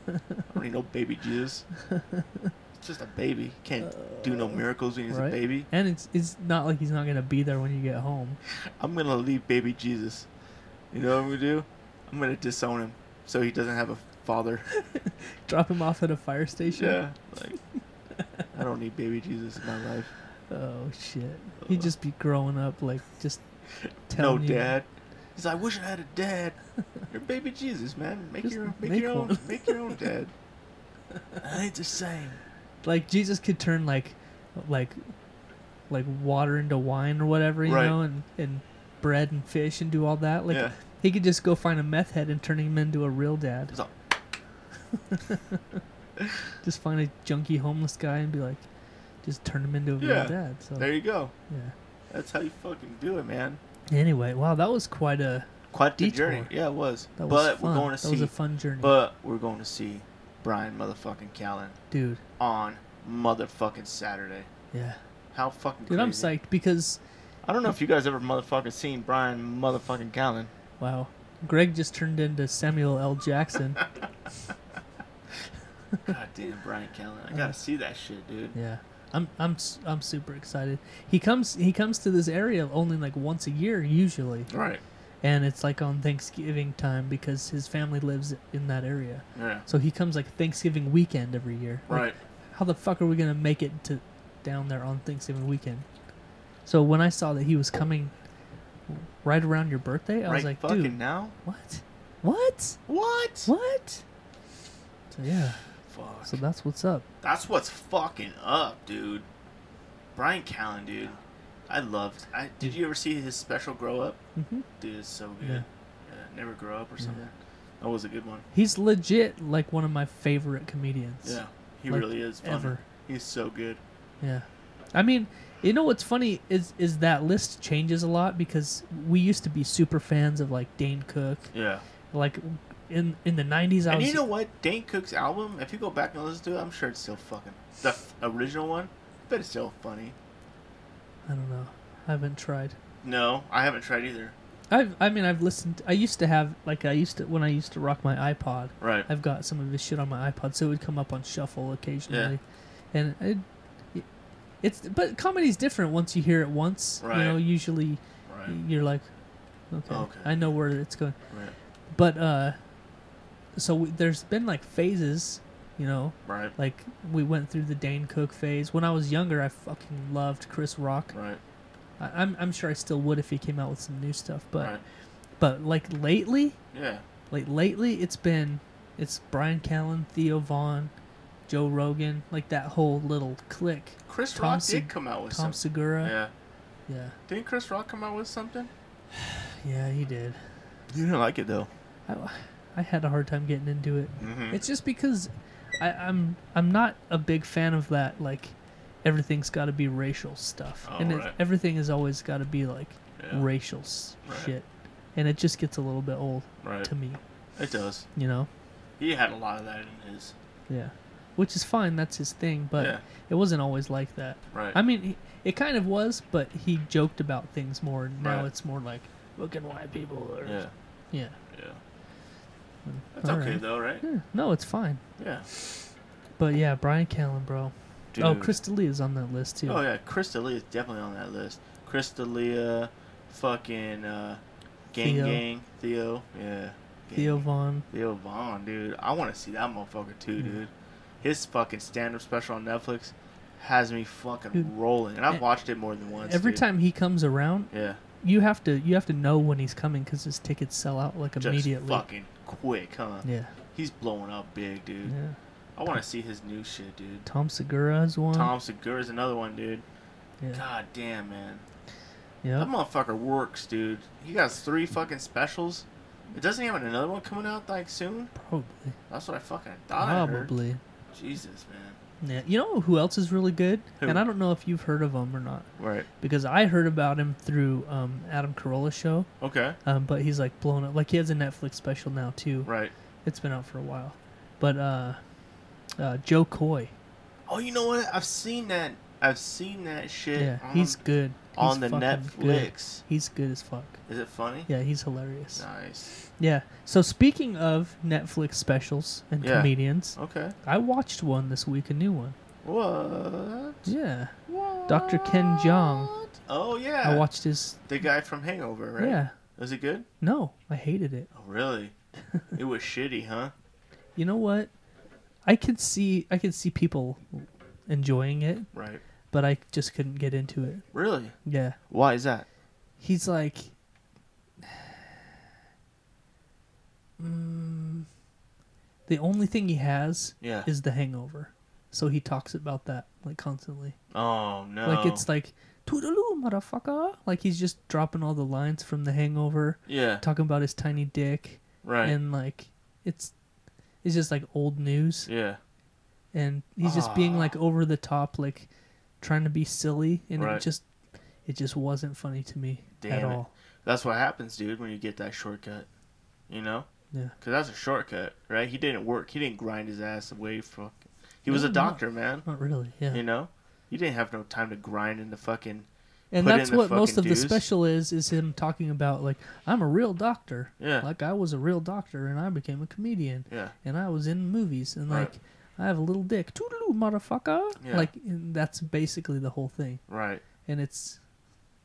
[SPEAKER 2] don't need no baby Jesus. It's just a baby. Can't do no miracles when he's
[SPEAKER 3] right?
[SPEAKER 2] a baby.
[SPEAKER 3] And it's it's not like he's not gonna be there when you get home.
[SPEAKER 2] I'm gonna leave baby Jesus. You know what I'm gonna do? I'm gonna disown him so he doesn't have a father.
[SPEAKER 3] Drop him off at a fire station.
[SPEAKER 2] Yeah. Like I don't need baby Jesus in my life.
[SPEAKER 3] Oh shit. He'd just be growing up like just
[SPEAKER 2] No
[SPEAKER 3] telling you.
[SPEAKER 2] dad. He's like, I wish I had a dad. You're baby Jesus, man. Make
[SPEAKER 3] Just
[SPEAKER 2] your own, make,
[SPEAKER 3] make
[SPEAKER 2] your own,
[SPEAKER 3] one.
[SPEAKER 2] make your own dad. I ain't the same.
[SPEAKER 3] Like Jesus could turn like like like water into wine or whatever, you
[SPEAKER 2] Right.
[SPEAKER 3] know, and and bread and fish and do all that. Like
[SPEAKER 2] yeah.
[SPEAKER 3] he could just go find a meth head and turn him into a real dad.
[SPEAKER 2] He's like,
[SPEAKER 3] Just find a junky homeless guy and be like just turn him into a
[SPEAKER 2] Yeah.
[SPEAKER 3] real dad. So
[SPEAKER 2] there you go.
[SPEAKER 3] yeah.
[SPEAKER 2] That's how you fucking do it, man.
[SPEAKER 3] Anyway, wow, that was quite a
[SPEAKER 2] Quite the
[SPEAKER 3] Detour.
[SPEAKER 2] journey. Yeah, it was.
[SPEAKER 3] that was
[SPEAKER 2] but
[SPEAKER 3] fun.
[SPEAKER 2] we're going to
[SPEAKER 3] that was
[SPEAKER 2] see.
[SPEAKER 3] a fun journey,
[SPEAKER 2] But we're going to see Brian motherfucking Callen
[SPEAKER 3] dude.
[SPEAKER 2] on motherfucking Saturday.
[SPEAKER 3] Yeah,
[SPEAKER 2] How fucking
[SPEAKER 3] dude, I'm
[SPEAKER 2] crazy.
[SPEAKER 3] psyched because
[SPEAKER 2] I don't know if you guys ever motherfucking seen Brian motherfucking Callen.
[SPEAKER 3] wow, Greg just turned into Samuel L. Jackson.
[SPEAKER 2] God damn, Brian Callen. I gotta see that shit, dude.
[SPEAKER 3] yeah, I'm I'm s- I'm super excited. He comes he comes to this area only like once a year usually,
[SPEAKER 2] Right.
[SPEAKER 3] and it's like on Thanksgiving time because his family lives in that area.
[SPEAKER 2] Yeah.
[SPEAKER 3] So he comes like Thanksgiving weekend every year. Like,
[SPEAKER 2] Right.
[SPEAKER 3] how the fuck are we gonna make it to down there on Thanksgiving weekend? So when I saw that he was coming right around your birthday, I
[SPEAKER 2] right
[SPEAKER 3] was like,
[SPEAKER 2] fucking
[SPEAKER 3] dude,
[SPEAKER 2] now?
[SPEAKER 3] what? What?
[SPEAKER 2] What?
[SPEAKER 3] What? So yeah,
[SPEAKER 2] Fuck.
[SPEAKER 3] so that's what's up.
[SPEAKER 2] That's what's fucking up, dude. Brian Callen, dude. I loved. I did you ever see his special grow up?
[SPEAKER 3] hmm
[SPEAKER 2] Dude, it's so good.
[SPEAKER 3] Yeah.
[SPEAKER 2] Yeah, Never grow up or something. That was a good one.
[SPEAKER 3] He's legit like one of my favorite comedians.
[SPEAKER 2] Yeah. He
[SPEAKER 3] Like,
[SPEAKER 2] really is funny.
[SPEAKER 3] ever.
[SPEAKER 2] He's so good.
[SPEAKER 3] Yeah. I mean, you know what's funny is is that list changes a lot because we used to be super fans of like Dane Cook.
[SPEAKER 2] Yeah.
[SPEAKER 3] Like in in the 90s I
[SPEAKER 2] And
[SPEAKER 3] was
[SPEAKER 2] you know what? Dane Cook's album, if you go back and listen to it, I'm sure it's still fucking the f- original one. I bet it's still funny.
[SPEAKER 3] I don't know. I haven't tried.
[SPEAKER 2] No, I haven't tried either.
[SPEAKER 3] I've, I mean, I've listened. I used to have like I used to when I used to rock my iPod.
[SPEAKER 2] Right.
[SPEAKER 3] I've got some of his shit on my iPod, so it would come up on shuffle occasionally, and it, it's but comedy's different once you hear it once.
[SPEAKER 2] Right.
[SPEAKER 3] You know, usually
[SPEAKER 2] Right. Oh,
[SPEAKER 3] you're like, okay,
[SPEAKER 2] Okay.
[SPEAKER 3] I know where it's going.
[SPEAKER 2] Right.
[SPEAKER 3] But uh, so we, there's been like phases, you know.
[SPEAKER 2] Right.
[SPEAKER 3] Like we went through the Dane Cook phase. When I was younger, I fucking loved Chris Rock.
[SPEAKER 2] Right.
[SPEAKER 3] I, I'm I'm sure I still would if he came out with some new stuff. But
[SPEAKER 2] right.
[SPEAKER 3] but like lately,
[SPEAKER 2] Yeah.
[SPEAKER 3] like lately it's been it's Brian Callen, Theo Vaughn, Joe Rogan, like that whole little clique.
[SPEAKER 2] Chris
[SPEAKER 3] Tom
[SPEAKER 2] Rock
[SPEAKER 3] Se-
[SPEAKER 2] did come out with something.
[SPEAKER 3] Tom Segura.
[SPEAKER 2] Yeah.
[SPEAKER 3] Yeah. yeah.
[SPEAKER 2] Didn't Chris Rock come out with something?
[SPEAKER 3] he did.
[SPEAKER 2] You didn't like it though.
[SPEAKER 3] I, I had a hard time getting into it.
[SPEAKER 2] Mm-hmm.
[SPEAKER 3] It's just because I, I'm I'm not a big fan of that like everything's got to be racial stuff,
[SPEAKER 2] Oh,
[SPEAKER 3] and it,
[SPEAKER 2] right.
[SPEAKER 3] everything has always got to be like
[SPEAKER 2] Yeah.
[SPEAKER 3] racial s-
[SPEAKER 2] Right.
[SPEAKER 3] shit, and it just gets a little bit old
[SPEAKER 2] Right.
[SPEAKER 3] to me,
[SPEAKER 2] It does.
[SPEAKER 3] you know.
[SPEAKER 2] He had a lot of that in his.
[SPEAKER 3] Yeah, which is fine. That's his thing, but
[SPEAKER 2] Yeah.
[SPEAKER 3] it wasn't always like that.
[SPEAKER 2] Right.
[SPEAKER 3] I mean, he, it kind of was, but he joked about things more. and Now
[SPEAKER 2] Right.
[SPEAKER 3] it's more like look at white people. Or,
[SPEAKER 2] Yeah.
[SPEAKER 3] yeah.
[SPEAKER 2] Yeah. That's
[SPEAKER 3] All
[SPEAKER 2] okay
[SPEAKER 3] right.
[SPEAKER 2] though, right?
[SPEAKER 3] Yeah, No, it's fine.
[SPEAKER 2] Yeah.
[SPEAKER 3] But yeah, Brian Callen, bro. Oh,
[SPEAKER 2] Dude.
[SPEAKER 3] Chris D'Elia is on that list too.
[SPEAKER 2] Oh yeah, Chris D'Elia is definitely on that list. Chris D'Elia, fucking uh, Gang
[SPEAKER 3] Theo.
[SPEAKER 2] Gang, Theo, yeah, Gang
[SPEAKER 3] Theo Vaughn.
[SPEAKER 2] Theo Vaughn, dude. I want to see that motherfucker too,
[SPEAKER 3] Yeah.
[SPEAKER 2] dude. His fucking stand-up special on Netflix has me fucking
[SPEAKER 3] Dude,
[SPEAKER 2] rolling, and I've
[SPEAKER 3] e-
[SPEAKER 2] watched it more than once.
[SPEAKER 3] Every
[SPEAKER 2] dude.
[SPEAKER 3] time he comes around,
[SPEAKER 2] yeah,
[SPEAKER 3] you have to you have to know when he's coming because his tickets sell out like
[SPEAKER 2] just
[SPEAKER 3] immediately.
[SPEAKER 2] fucking quick, huh?
[SPEAKER 3] Yeah.
[SPEAKER 2] He's blowing up big, dude.
[SPEAKER 3] Yeah.
[SPEAKER 2] I want to see his new shit, dude.
[SPEAKER 3] Tom Segura is one.
[SPEAKER 2] Tom Segura is another one, dude.
[SPEAKER 3] Yeah.
[SPEAKER 2] God damn, man. That
[SPEAKER 3] Yeah.
[SPEAKER 2] motherfucker works, dude. He got three fucking specials. It doesn't he have another one coming out like soon.
[SPEAKER 3] Probably.
[SPEAKER 2] That's what I fucking thought. Probably.
[SPEAKER 3] Probably.
[SPEAKER 2] I heard. Jesus, man.
[SPEAKER 3] Yeah. You know who else is really good?
[SPEAKER 2] Who?
[SPEAKER 3] And I don't know if you've heard of him or not
[SPEAKER 2] Right.
[SPEAKER 3] because I heard about him through um, Adam Carolla's show.
[SPEAKER 2] Okay.
[SPEAKER 3] Um, but he's like blown up. Like he has a Netflix special now too.
[SPEAKER 2] Right.
[SPEAKER 3] It's been out for a while. But uh, uh, Joe Coy,
[SPEAKER 2] Oh, you know what? I've seen that. I've seen that shit.
[SPEAKER 3] yeah,
[SPEAKER 2] on,
[SPEAKER 3] he's good. He's
[SPEAKER 2] on the
[SPEAKER 3] fucking
[SPEAKER 2] Netflix.
[SPEAKER 3] good. He's good as fuck.
[SPEAKER 2] Is it funny?
[SPEAKER 3] Yeah, he's hilarious.
[SPEAKER 2] Nice.
[SPEAKER 3] Yeah. So speaking of Netflix specials and
[SPEAKER 2] Yeah. Oh.
[SPEAKER 3] comedians,
[SPEAKER 2] Okay.
[SPEAKER 3] I watched one this week, a new one.
[SPEAKER 2] What?
[SPEAKER 3] Yeah,
[SPEAKER 2] What?
[SPEAKER 3] Dr. Ken Jeong.
[SPEAKER 2] Oh yeah.
[SPEAKER 3] I watched his.
[SPEAKER 2] the guy from Hangover, right?
[SPEAKER 3] Yeah.
[SPEAKER 2] Was it good?
[SPEAKER 3] No, I hated it.
[SPEAKER 2] Oh really? it was shitty, huh?
[SPEAKER 3] You know what? I could see I could see people enjoying it,
[SPEAKER 2] Right.
[SPEAKER 3] but I just couldn't get into it.
[SPEAKER 2] Really?
[SPEAKER 3] Yeah.
[SPEAKER 2] Why is that?
[SPEAKER 3] He's like Mm, the only thing he has
[SPEAKER 2] Yeah.
[SPEAKER 3] is the hangover. So he talks about that like constantly.
[SPEAKER 2] Oh no.
[SPEAKER 3] Like it's like Toodaloo motherfucker. Like he's just dropping all the lines from the hangover,
[SPEAKER 2] yeah.
[SPEAKER 3] talking about his tiny dick
[SPEAKER 2] Right.
[SPEAKER 3] and like it's it's just like old news
[SPEAKER 2] yeah.
[SPEAKER 3] and he's just being
[SPEAKER 2] Ah.
[SPEAKER 3] like over the top like trying to be silly and
[SPEAKER 2] Right.
[SPEAKER 3] it just it just wasn't funny to me at
[SPEAKER 2] Damn it.
[SPEAKER 3] all.
[SPEAKER 2] That's what happens, dude, when you get that shortcut. You know?
[SPEAKER 3] Yeah.
[SPEAKER 2] Because that's a shortcut, right? He didn't work. He didn't grind his ass away from. He was
[SPEAKER 3] No,
[SPEAKER 2] a
[SPEAKER 3] no.
[SPEAKER 2] doctor, man.
[SPEAKER 3] Not really, yeah.
[SPEAKER 2] You know? You didn't have no time to grind in the fucking.
[SPEAKER 3] and
[SPEAKER 2] put
[SPEAKER 3] that's
[SPEAKER 2] in the
[SPEAKER 3] what most
[SPEAKER 2] fucking
[SPEAKER 3] of
[SPEAKER 2] dues.
[SPEAKER 3] the special is is him talking about like I'm a real doctor.
[SPEAKER 2] Yeah.
[SPEAKER 3] Like I was a real doctor and I became a comedian
[SPEAKER 2] yeah.
[SPEAKER 3] and I was in movies and
[SPEAKER 2] Right.
[SPEAKER 3] like I have a little dick. Toodaloo motherfucker.
[SPEAKER 2] Yeah.
[SPEAKER 3] Like and that's basically the whole thing.
[SPEAKER 2] Right.
[SPEAKER 3] And it's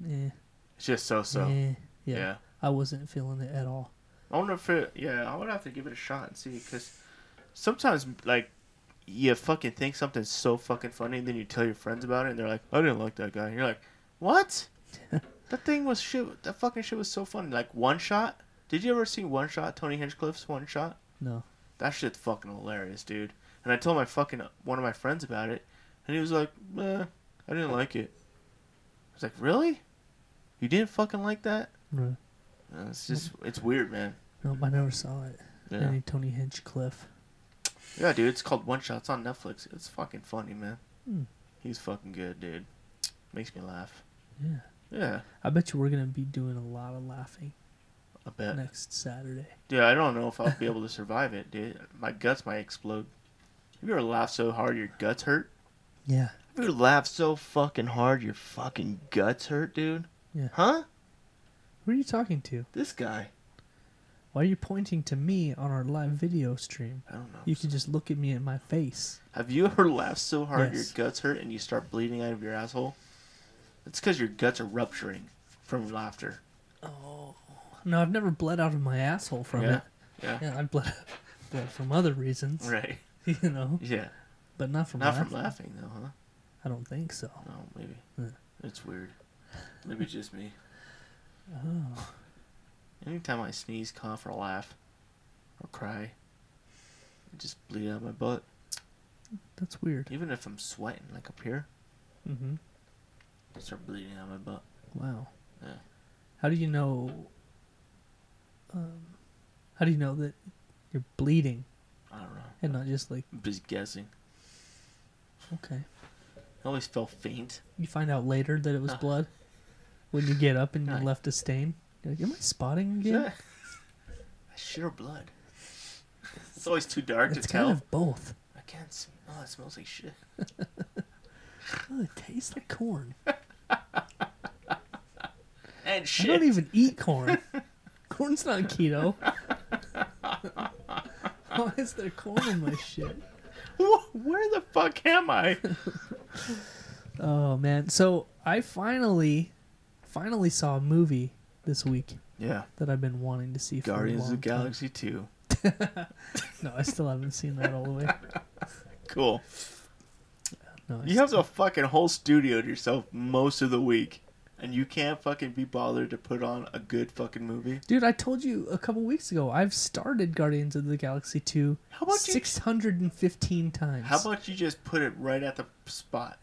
[SPEAKER 3] eh,
[SPEAKER 2] It's just so so.
[SPEAKER 3] eh,
[SPEAKER 2] Yeah.
[SPEAKER 3] yeah. I wasn't feeling it at all.
[SPEAKER 2] I wonder if it. Yeah, I would have to give it a shot and see. Because sometimes, like, you fucking think something's so fucking funny, and then you tell your friends about it, and they're like, I didn't like that guy. And you're like, what? that thing was shit. That fucking shit was so funny. Like, One Shot? Did you ever see One Shot? Tony Hinchcliffe's One Shot?
[SPEAKER 3] No.
[SPEAKER 2] That shit's fucking hilarious, dude. And I told my fucking one of my friends about it, and he was like, "Meh, I didn't like it." I was like, "Really? You didn't fucking like that?"
[SPEAKER 3] No,
[SPEAKER 2] Uh, it's just, it's weird, man.
[SPEAKER 3] Nope, I never saw it.
[SPEAKER 2] Yeah,
[SPEAKER 3] Any Tony Hinchcliffe.
[SPEAKER 2] yeah, dude. It's called One Shot. It's on Netflix. It's fucking funny, man.
[SPEAKER 3] Hmm.
[SPEAKER 2] He's fucking good, dude. Makes me laugh.
[SPEAKER 3] Yeah.
[SPEAKER 2] Yeah,
[SPEAKER 3] I bet you we're gonna be doing a lot of laughing
[SPEAKER 2] I bet.
[SPEAKER 3] next Saturday.
[SPEAKER 2] Dude, I don't know if I'll be able to survive it, dude. My guts might explode. Have you ever laughed so hard your guts hurt?
[SPEAKER 3] Yeah.
[SPEAKER 2] You laugh so fucking hard, your fucking guts hurt, dude.
[SPEAKER 3] Yeah.
[SPEAKER 2] Huh?
[SPEAKER 3] Who are you talking to?
[SPEAKER 2] This guy.
[SPEAKER 3] Why are you pointing to me on our live video stream?
[SPEAKER 2] I don't know.
[SPEAKER 3] You can just look at me in my face.
[SPEAKER 2] Have you ever laughed so hard
[SPEAKER 3] Yes.
[SPEAKER 2] your guts hurt and you start bleeding out of your asshole? It's because your guts are rupturing from laughter.
[SPEAKER 3] Oh. No, I've never bled out of my asshole from
[SPEAKER 2] Yeah.
[SPEAKER 3] it.
[SPEAKER 2] Yeah.
[SPEAKER 3] Yeah, I bled, bled from other reasons,
[SPEAKER 2] Right.
[SPEAKER 3] you know,
[SPEAKER 2] Yeah.
[SPEAKER 3] but not from
[SPEAKER 2] Not
[SPEAKER 3] laughing.
[SPEAKER 2] from laughing though, huh?
[SPEAKER 3] I don't think so.
[SPEAKER 2] No, maybe.
[SPEAKER 3] Yeah.
[SPEAKER 2] It's weird. Maybe it's just me.
[SPEAKER 3] Oh.
[SPEAKER 2] Anytime I sneeze, cough, or laugh, or cry, I just bleed out my butt.
[SPEAKER 3] That's weird.
[SPEAKER 2] Even if I'm sweating, like up here,
[SPEAKER 3] Mm-hmm.
[SPEAKER 2] I start bleeding out my butt.
[SPEAKER 3] Wow.
[SPEAKER 2] Yeah.
[SPEAKER 3] How do you know? Um, how do you know that you're bleeding
[SPEAKER 2] I don't know.
[SPEAKER 3] and not just like
[SPEAKER 2] I'm just guessing.
[SPEAKER 3] okay?
[SPEAKER 2] I always felt faint.
[SPEAKER 3] You find out later that it was
[SPEAKER 2] Huh.
[SPEAKER 3] blood when you get up and you
[SPEAKER 2] Right.
[SPEAKER 3] left a stain. You're like, am I spotting again?
[SPEAKER 2] Yeah. I shit or blood. It's always too dark
[SPEAKER 3] It's
[SPEAKER 2] to tell.
[SPEAKER 3] kind of both.
[SPEAKER 2] I can't smell. It smells like shit.
[SPEAKER 3] Oh, it tastes like corn.
[SPEAKER 2] And
[SPEAKER 3] I
[SPEAKER 2] shit.
[SPEAKER 3] don't even eat corn. Corn's not keto. Why is there corn in my shit?
[SPEAKER 2] Wh- Where the fuck am I?
[SPEAKER 3] Oh man! So I finally, finally saw a movie this week
[SPEAKER 2] yeah.
[SPEAKER 3] that I've been wanting to see. For
[SPEAKER 2] Guardians
[SPEAKER 3] a
[SPEAKER 2] of
[SPEAKER 3] long
[SPEAKER 2] the
[SPEAKER 3] time.
[SPEAKER 2] Galaxy 2.
[SPEAKER 3] No, I still haven't seen that all the way.
[SPEAKER 2] Cool.
[SPEAKER 3] No, I
[SPEAKER 2] You have the fucking whole studio to yourself most of the week. And you can't fucking be bothered to put on a good fucking movie.
[SPEAKER 3] Dude, I told you a couple weeks ago. I've started Guardians of the Galaxy 2
[SPEAKER 2] How about you-
[SPEAKER 3] 615 times.
[SPEAKER 2] How about you just put it right at the spot?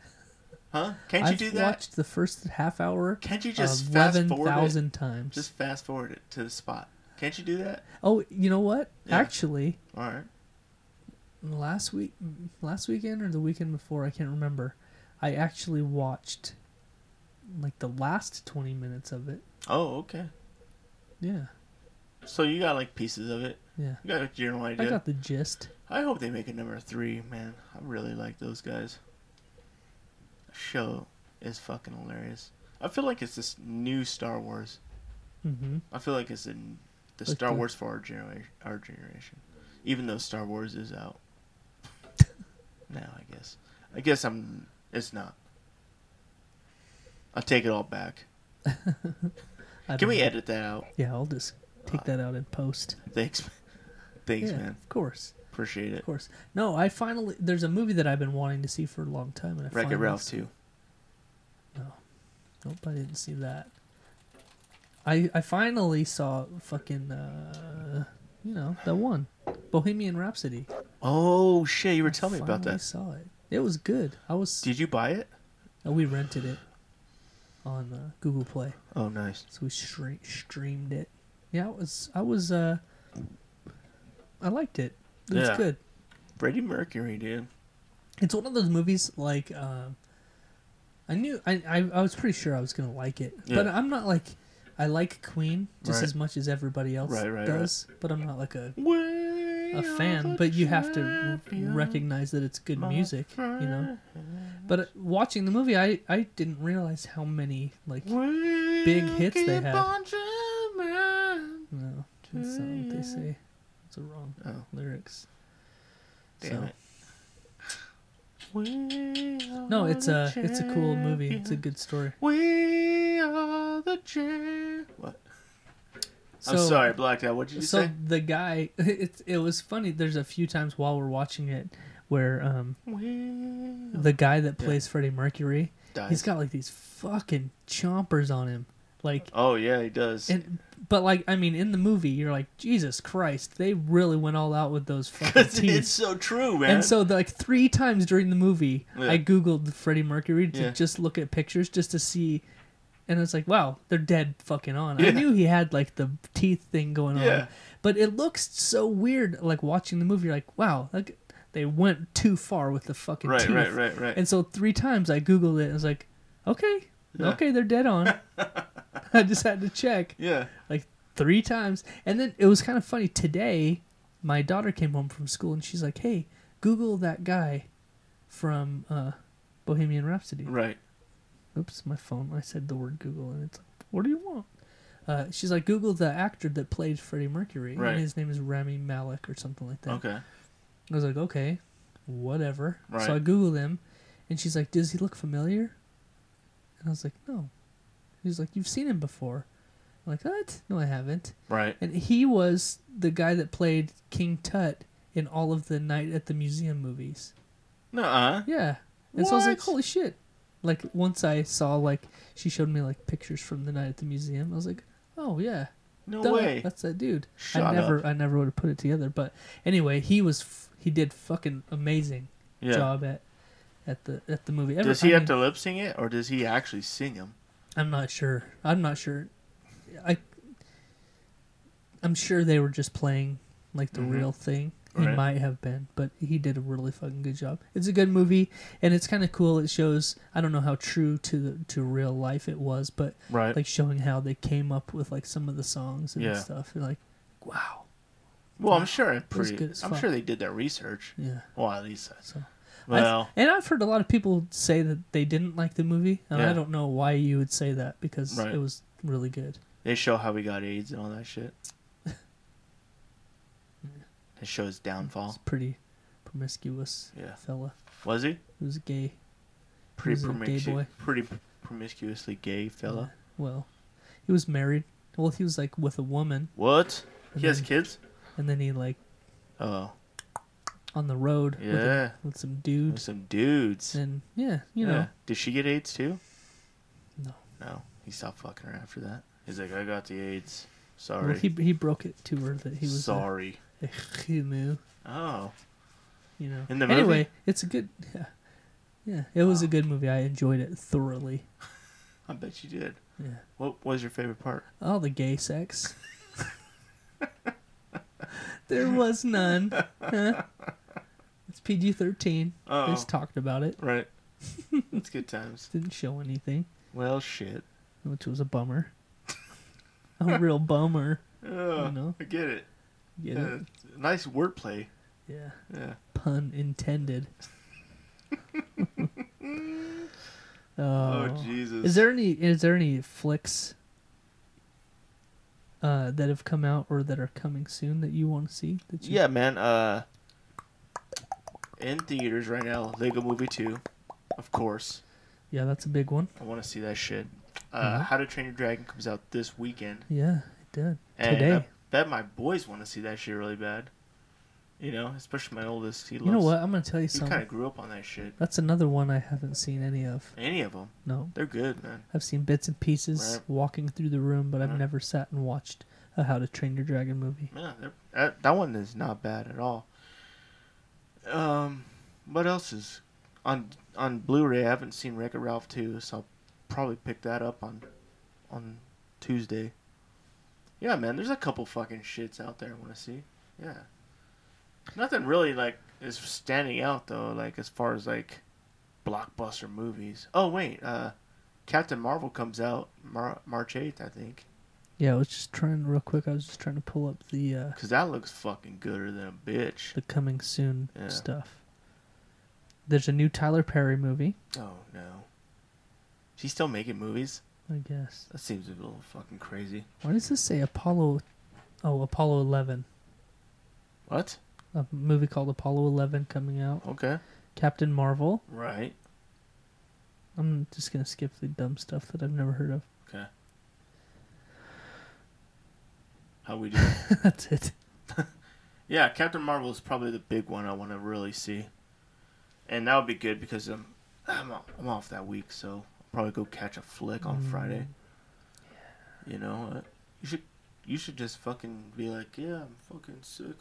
[SPEAKER 2] Huh? Can't you
[SPEAKER 3] I've
[SPEAKER 2] do that?
[SPEAKER 3] watched the first half hour
[SPEAKER 2] Can't you just fast forward it?
[SPEAKER 3] 11,000 times.
[SPEAKER 2] Just fast forward it to the spot. Can't you do that?
[SPEAKER 3] Oh, you know what?
[SPEAKER 2] Yeah.
[SPEAKER 3] Actually,
[SPEAKER 2] All right.
[SPEAKER 3] last week last weekend or the weekend before, I can't remember. I actually watched like the last 20 minutes of it.
[SPEAKER 2] Oh, okay.
[SPEAKER 3] Yeah.
[SPEAKER 2] So you got like pieces of it.
[SPEAKER 3] Yeah.
[SPEAKER 2] You got a general
[SPEAKER 3] I
[SPEAKER 2] idea.
[SPEAKER 3] got the gist.
[SPEAKER 2] I hope they make it number three, man. I really like those guys. The show is fucking hilarious. I feel like it's this new Star Wars.
[SPEAKER 3] Mhm.
[SPEAKER 2] I feel like it's in the
[SPEAKER 3] Like
[SPEAKER 2] Star
[SPEAKER 3] the-
[SPEAKER 2] Wars for our generation. Our generation, even though Star Wars is out now, I guess. I guess I'm. It's not. I'll take it all back.
[SPEAKER 3] I
[SPEAKER 2] Can
[SPEAKER 3] don't
[SPEAKER 2] we
[SPEAKER 3] know.
[SPEAKER 2] edit that out?
[SPEAKER 3] Yeah, I'll just take that out in post.
[SPEAKER 2] Thanks. Thanks,
[SPEAKER 3] yeah,
[SPEAKER 2] man.
[SPEAKER 3] Of course.
[SPEAKER 2] Appreciate it.
[SPEAKER 3] Of course. No, I finally there's a movie that I've been wanting to see for a long time, and I
[SPEAKER 2] Wreck It
[SPEAKER 3] finally-
[SPEAKER 2] Ralph too.
[SPEAKER 3] Nope, I didn't see that. I I finally saw fucking uh, you know the one, Bohemian Rhapsody.
[SPEAKER 2] Oh shit! You were telling me about
[SPEAKER 3] Finally
[SPEAKER 2] that.
[SPEAKER 3] Saw it. It was good. I was.
[SPEAKER 2] Did you buy it?
[SPEAKER 3] uh, we rented it on uh, Google Play,
[SPEAKER 2] Oh nice.
[SPEAKER 3] so we stre- streamed it. Yeah, I was. I was. Uh, I liked it. It was
[SPEAKER 2] Yeah.
[SPEAKER 3] good.
[SPEAKER 2] Freddie Mercury, dude.
[SPEAKER 3] it's one of those movies like um, I knew I, I I was pretty sure I was gonna like it, but
[SPEAKER 2] Yeah.
[SPEAKER 3] I'm not like I like Queen just
[SPEAKER 2] Right.
[SPEAKER 3] as much as everybody else
[SPEAKER 2] Right, right,
[SPEAKER 3] does, but I'm not like a
[SPEAKER 2] Way
[SPEAKER 3] a
[SPEAKER 2] of
[SPEAKER 3] fan. But you have to
[SPEAKER 2] champion,
[SPEAKER 3] recognize that it's good
[SPEAKER 2] my
[SPEAKER 3] music, you know. But uh, watching the movie, I I didn't realize how many like no,
[SPEAKER 2] friend.
[SPEAKER 3] big hits they
[SPEAKER 2] Keep
[SPEAKER 3] had.
[SPEAKER 2] on jamming.
[SPEAKER 3] that's not what
[SPEAKER 2] Yeah.
[SPEAKER 3] they say. It's the wrong
[SPEAKER 2] Oh,
[SPEAKER 3] lyrics.
[SPEAKER 2] damn
[SPEAKER 3] So-
[SPEAKER 2] it. We are
[SPEAKER 3] No, it's
[SPEAKER 2] the
[SPEAKER 3] a it's a cool movie. It's a
[SPEAKER 2] champions.
[SPEAKER 3] good story.
[SPEAKER 2] We are the champ. What? I'm
[SPEAKER 3] So-
[SPEAKER 2] sorry, I blacked out. What did you
[SPEAKER 3] so
[SPEAKER 2] say?
[SPEAKER 3] the guy it, it was funny there's a few times while we're watching it where um
[SPEAKER 2] We
[SPEAKER 3] the guy that
[SPEAKER 2] Yeah.
[SPEAKER 3] plays freddie mercury
[SPEAKER 2] dies.
[SPEAKER 3] he's got like these fucking chompers on him like
[SPEAKER 2] Oh yeah, he does.
[SPEAKER 3] and but like i mean in the movie you're like jesus christ they really went all out with those fucking
[SPEAKER 2] it's,
[SPEAKER 3] teeth
[SPEAKER 2] so true, man.
[SPEAKER 3] and so like three times during the movie
[SPEAKER 2] Yeah.
[SPEAKER 3] i googled freddie mercury to
[SPEAKER 2] Yeah.
[SPEAKER 3] just look at pictures just to see and it's like wow they're dead fucking on i
[SPEAKER 2] Yeah.
[SPEAKER 3] knew he had like the teeth thing going on
[SPEAKER 2] Yeah.
[SPEAKER 3] but it looks so weird like watching the movie you're like wow like they went too far with the fucking
[SPEAKER 2] right,
[SPEAKER 3] teeth
[SPEAKER 2] right, right, right.
[SPEAKER 3] and so three times i googled it and was like okay
[SPEAKER 2] Yeah.
[SPEAKER 3] okay they're dead on i just had to check
[SPEAKER 2] yeah.
[SPEAKER 3] like three times. And then it was kind of funny today. My daughter came home from school and she's like, "Hey, Google that guy from uh, Bohemian Rhapsody."
[SPEAKER 2] Right.
[SPEAKER 3] Oops, my phone. I said the word Google, and it's like, "What do you want?" Uh, she's like, "Google the actor that played Freddie Mercury,
[SPEAKER 2] Right.
[SPEAKER 3] and his name is Rami Malek or something like that."
[SPEAKER 2] Okay.
[SPEAKER 3] I was like, "Okay, whatever."
[SPEAKER 2] Right.
[SPEAKER 3] So I googled him, and she's like, "Does he look familiar?" And I was like, "No." He's like, "You've seen him before." I'm like, "What? No, I haven't."
[SPEAKER 2] Right.
[SPEAKER 3] And he was the guy that played King Tut in all of the Night at the Museum movies.
[SPEAKER 2] Nuh-uh.
[SPEAKER 3] Yeah. And so I was like,
[SPEAKER 2] What?
[SPEAKER 3] holy shit. Like once I saw like she showed me like pictures from the night at the museum, I was like, Oh yeah.
[SPEAKER 2] No
[SPEAKER 3] duh,
[SPEAKER 2] way.
[SPEAKER 3] That's that dude. I
[SPEAKER 2] Shut
[SPEAKER 3] never
[SPEAKER 2] up.
[SPEAKER 3] I never would have put it together. But anyway, he was f- he did fucking amazing
[SPEAKER 2] Yeah.
[SPEAKER 3] job at at the at the movie. Every-
[SPEAKER 2] Does he
[SPEAKER 3] I
[SPEAKER 2] have
[SPEAKER 3] mean,
[SPEAKER 2] to lip sing it, or does he actually sing them?
[SPEAKER 3] I'm not sure. I'm not sure. I I'm sure they were just playing like the
[SPEAKER 2] Mhm.
[SPEAKER 3] real thing. He
[SPEAKER 2] Right.
[SPEAKER 3] might have been, but he did a really fucking good job. It's a good movie, and it's kind of cool. It shows I don't know how true to the, to real life it was, but
[SPEAKER 2] Right.
[SPEAKER 3] like showing how they came up with like some of the songs and
[SPEAKER 2] Uh, Yeah.
[SPEAKER 3] stuff. And like, wow,
[SPEAKER 2] well, I'm sure it
[SPEAKER 3] was
[SPEAKER 2] pretty.
[SPEAKER 3] good as
[SPEAKER 2] I'm
[SPEAKER 3] fuck.
[SPEAKER 2] sure they did their research.
[SPEAKER 3] yeah.
[SPEAKER 2] Well, at least. I-
[SPEAKER 3] So I th-
[SPEAKER 2] Well,
[SPEAKER 3] and I've heard a lot of people say that they didn't like the movie, and I
[SPEAKER 2] Yeah.
[SPEAKER 3] don't know why you would say that because
[SPEAKER 2] Right.
[SPEAKER 3] it was really good.
[SPEAKER 2] they show how we got AIDS and all that shit. It shows
[SPEAKER 3] It's
[SPEAKER 2] downfall.
[SPEAKER 3] pretty promiscuous
[SPEAKER 2] Yeah.
[SPEAKER 3] fella
[SPEAKER 2] Was he
[SPEAKER 3] who's gay.
[SPEAKER 2] pretty
[SPEAKER 3] was a gay
[SPEAKER 2] promiscuous?
[SPEAKER 3] boy.
[SPEAKER 2] Pretty promiscuously gay fella.
[SPEAKER 3] Well, he was married. Well, he was like with a woman,
[SPEAKER 2] What?
[SPEAKER 3] And
[SPEAKER 2] He has
[SPEAKER 3] then-
[SPEAKER 2] kids.
[SPEAKER 3] and then he like
[SPEAKER 2] Oh,
[SPEAKER 3] on the road with, a-
[SPEAKER 2] yeah.
[SPEAKER 3] with some
[SPEAKER 2] With
[SPEAKER 3] dude.
[SPEAKER 2] some dudes.
[SPEAKER 3] And yeah, you know,
[SPEAKER 2] Yeah. Did she get AIDS too?
[SPEAKER 3] No.
[SPEAKER 2] No. He stopped fucking her after that. He's like, I got the AIDS.
[SPEAKER 3] well,
[SPEAKER 2] Sorry.
[SPEAKER 3] he he broke it to her that he was a-
[SPEAKER 2] Sorry.
[SPEAKER 3] a Humu,
[SPEAKER 2] Oh.
[SPEAKER 3] you know.
[SPEAKER 2] In the
[SPEAKER 3] anyway,
[SPEAKER 2] movie?
[SPEAKER 3] it's a good. Yeah, yeah it was a
[SPEAKER 2] Wow.
[SPEAKER 3] good movie. I enjoyed it thoroughly.
[SPEAKER 2] I bet you did.
[SPEAKER 3] Yeah.
[SPEAKER 2] What was your favorite part?
[SPEAKER 3] All the gay sex. there was none. Huh? It's PG 13. They
[SPEAKER 2] Oh,
[SPEAKER 3] just talked about it.
[SPEAKER 2] right. That's good times.
[SPEAKER 3] Didn't show anything,
[SPEAKER 2] Well, shit.
[SPEAKER 3] which was a bummer. a real bummer.
[SPEAKER 2] Oh,
[SPEAKER 3] know.
[SPEAKER 2] I get it.
[SPEAKER 3] You
[SPEAKER 2] Yeah,
[SPEAKER 3] know?
[SPEAKER 2] it's Nice wordplay.
[SPEAKER 3] Yeah.
[SPEAKER 2] Yeah.
[SPEAKER 3] Pun intended. oh,
[SPEAKER 2] Oh, Jesus.
[SPEAKER 3] Is there any is there any flicks uh, that have come out or that are coming soon that you want to see? That you
[SPEAKER 2] Yeah, man. Uh, in theaters right now, Lego Movie Two, of course.
[SPEAKER 3] Yeah, that's a big one.
[SPEAKER 2] I want to see that shit. Uh,
[SPEAKER 3] Mhm.
[SPEAKER 2] How to Train Your Dragon comes out this weekend,
[SPEAKER 3] Yeah, it did.
[SPEAKER 2] and
[SPEAKER 3] Today.
[SPEAKER 2] I bet my boys want to see that shit really bad. You know, especially my oldest. He loves,
[SPEAKER 3] You know what? I'm gonna tell you
[SPEAKER 2] He
[SPEAKER 3] something.
[SPEAKER 2] kind of grew up on that shit.
[SPEAKER 3] That's another one I haven't seen any of.
[SPEAKER 2] Any of them,
[SPEAKER 3] No,
[SPEAKER 2] they're good, man.
[SPEAKER 3] I've seen bits and pieces
[SPEAKER 2] Right.
[SPEAKER 3] walking through the room, but I've
[SPEAKER 2] Right.
[SPEAKER 3] never sat and watched a How to Train Your Dragon movie.
[SPEAKER 2] Yeah, they're, that that one is not bad at all. Um, what else is on on Blu-ray? I haven't seen Wreck-It Ralph two, so I'll probably pick that up on on Tuesday. Yeah, man, there's a couple fucking shits out there I want to see. Yeah, nothing really like is standing out though. Like as far as like blockbuster movies. Oh wait, uh, Captain Marvel comes out Mar- March eighth, I think.
[SPEAKER 3] Yeah, I was just trying real quick. I was just trying to pull up the uh,
[SPEAKER 2] Cause that looks fucking gooder than a bitch.
[SPEAKER 3] the coming soon
[SPEAKER 2] Yeah.
[SPEAKER 3] stuff. There's a new Tyler Perry movie,
[SPEAKER 2] Oh no. She's still making movies?
[SPEAKER 3] I guess.
[SPEAKER 2] That seems a little fucking crazy.
[SPEAKER 3] Why does this say Apollo? Oh, Apollo 11.
[SPEAKER 2] What?
[SPEAKER 3] A movie called Apollo 11 coming out.
[SPEAKER 2] Okay.
[SPEAKER 3] Captain Marvel.
[SPEAKER 2] Right.
[SPEAKER 3] I'm just gonna skip the dumb stuff that I've never heard of.
[SPEAKER 2] Okay. How we doing?
[SPEAKER 3] That's it.
[SPEAKER 2] yeah, Captain Marvel is probably the big one I want to really see, and that would be good because I'm I'm, o- I'm off that week, so I'll probably go catch a flick on Friday. You know, uh, you should you should just fucking be like, yeah, I'm fucking sick.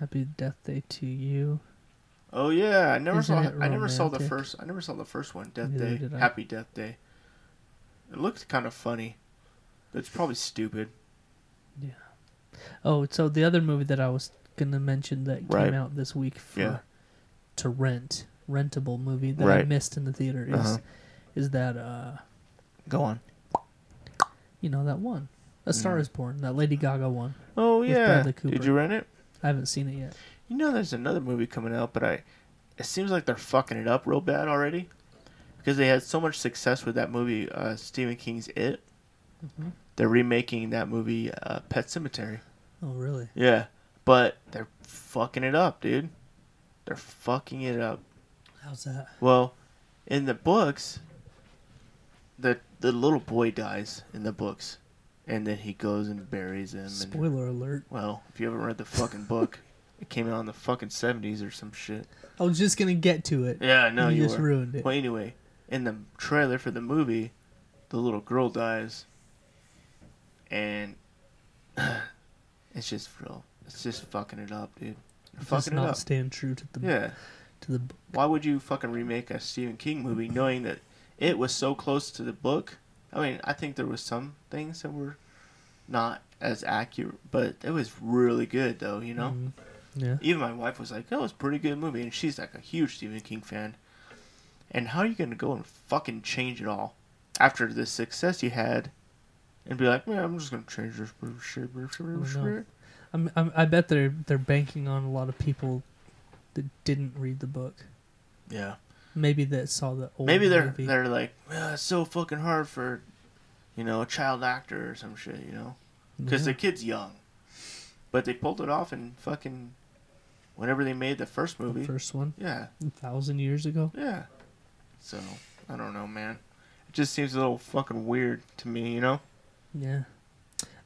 [SPEAKER 3] Happy Death Day to you.
[SPEAKER 2] Oh yeah, I never
[SPEAKER 3] Isn't
[SPEAKER 2] saw.
[SPEAKER 3] it
[SPEAKER 2] I never saw the
[SPEAKER 3] romantic?
[SPEAKER 2] first. I never saw the first one. Death
[SPEAKER 3] Neither
[SPEAKER 2] Day,
[SPEAKER 3] did I.
[SPEAKER 2] Happy Death Day. It looked kind of funny. but It's probably stupid.
[SPEAKER 3] Oh, so the other movie that I was gonna mention that
[SPEAKER 2] Right.
[SPEAKER 3] came out this week for
[SPEAKER 2] Yeah.
[SPEAKER 3] to rent rentable movie that I
[SPEAKER 2] Right.
[SPEAKER 3] missed in the theater is
[SPEAKER 2] Uh-huh.
[SPEAKER 3] is that uh
[SPEAKER 2] Go on.
[SPEAKER 3] you know that one, A
[SPEAKER 2] Mm.
[SPEAKER 3] Star Is Born, that Lady Gaga one.
[SPEAKER 2] Oh
[SPEAKER 3] With
[SPEAKER 2] yeah,
[SPEAKER 3] Bradley
[SPEAKER 2] did
[SPEAKER 3] Cooper.
[SPEAKER 2] you rent it?
[SPEAKER 3] I haven't seen it yet.
[SPEAKER 2] You know, there's another movie coming out, but I. It seems like they're fucking it up real bad already, because they had so much success with that movie, uh, Stephen King's It.
[SPEAKER 3] Mm-hmm.
[SPEAKER 2] They're remaking that movie, uh, Pet Cemetery.
[SPEAKER 3] Oh really?
[SPEAKER 2] Yeah, but they're fucking it up, dude. They're fucking it up.
[SPEAKER 3] How's that?
[SPEAKER 2] Well, in the books, the the little boy dies in the books, and then he goes and buries him. And,
[SPEAKER 3] Spoiler alert.
[SPEAKER 2] well, if you haven't read the fucking book, it came out in the fucking seventies or some shit.
[SPEAKER 3] I was just gonna get to it.
[SPEAKER 2] Yeah, I know
[SPEAKER 3] You
[SPEAKER 2] you,
[SPEAKER 3] just
[SPEAKER 2] were.
[SPEAKER 3] ruined it.
[SPEAKER 2] Well, anyway, in the trailer for the movie, the little girl dies, and it's just real. It's just fucking it up, dude. They're
[SPEAKER 3] Just
[SPEAKER 2] Fucking it
[SPEAKER 3] not
[SPEAKER 2] up.
[SPEAKER 3] staying true to the
[SPEAKER 2] Yeah.
[SPEAKER 3] to the book.
[SPEAKER 2] why would you fucking remake a Stephen King movie knowing that it was so close to the book? I mean, I think there was some things that were not as accurate, but it was really good though, you know?
[SPEAKER 3] Mhm. Yeah.
[SPEAKER 2] Even my wife was like, "That was a pretty good movie." And she's like a huge Stephen King fan. And how are you going to go and fucking change it all after the success you had and be like, "Man, I'm just going to change this shit."
[SPEAKER 3] no. I'm, I'm, I bet they're they're banking on a lot of people that didn't read the book.
[SPEAKER 2] Yeah.
[SPEAKER 3] Maybe that saw the old
[SPEAKER 2] Maybe they're
[SPEAKER 3] movie.
[SPEAKER 2] they're like, well, it's so fucking hard for, you know, a child actor or some shit, you know, because
[SPEAKER 3] Yeah.
[SPEAKER 2] the kid's young, but they pulled it off and fucking, whenever they made the first
[SPEAKER 3] the
[SPEAKER 2] movie,
[SPEAKER 3] first one
[SPEAKER 2] yeah,
[SPEAKER 3] a thousand years ago.
[SPEAKER 2] yeah, so I don't know, man, it just seems a little fucking weird to me, you know.
[SPEAKER 3] Yeah.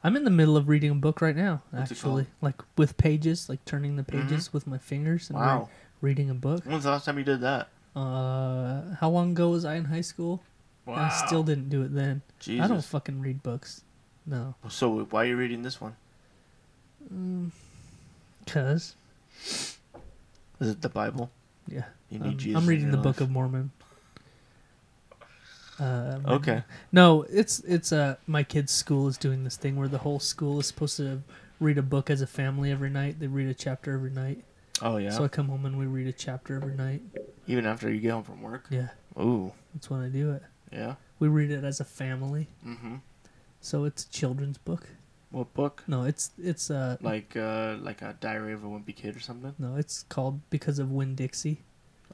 [SPEAKER 3] I'm in the middle of reading a book right now,
[SPEAKER 2] What's it Mm-hmm.
[SPEAKER 3] actually. Like with pages, like turning the pages with my fingers and re-
[SPEAKER 2] Wow,
[SPEAKER 3] reading a book.
[SPEAKER 2] when's the last time you did that?
[SPEAKER 3] Uh, how long ago was I in high school? And I still didn't do it then.
[SPEAKER 2] Jesus.
[SPEAKER 3] I don't fucking read books. No.
[SPEAKER 2] so why are you reading this one?
[SPEAKER 3] Because,
[SPEAKER 2] Is it the Bible?
[SPEAKER 3] yeah.
[SPEAKER 2] You need
[SPEAKER 3] I'm,
[SPEAKER 2] Jesus.
[SPEAKER 3] I'm
[SPEAKER 2] in
[SPEAKER 3] reading
[SPEAKER 2] your
[SPEAKER 3] the Book
[SPEAKER 2] life.
[SPEAKER 3] of Mormon. Um,
[SPEAKER 2] Okay.
[SPEAKER 3] No, it's it's uh my kid's school is doing this thing where the whole school is supposed to read a book as a family every night. They read a chapter every night.
[SPEAKER 2] Oh yeah.
[SPEAKER 3] So I come home and we read a chapter every night.
[SPEAKER 2] Even after you get home from work.
[SPEAKER 3] Yeah,
[SPEAKER 2] Ooh.
[SPEAKER 3] that's when I do it.
[SPEAKER 2] Yeah.
[SPEAKER 3] We read it as a family,
[SPEAKER 2] Mm-hmm.
[SPEAKER 3] so it's a children's book.
[SPEAKER 2] What book?
[SPEAKER 3] No, it's it's uh
[SPEAKER 2] like uh like a diary of a wimpy kid or something
[SPEAKER 3] no, it's called because of Win Dixie.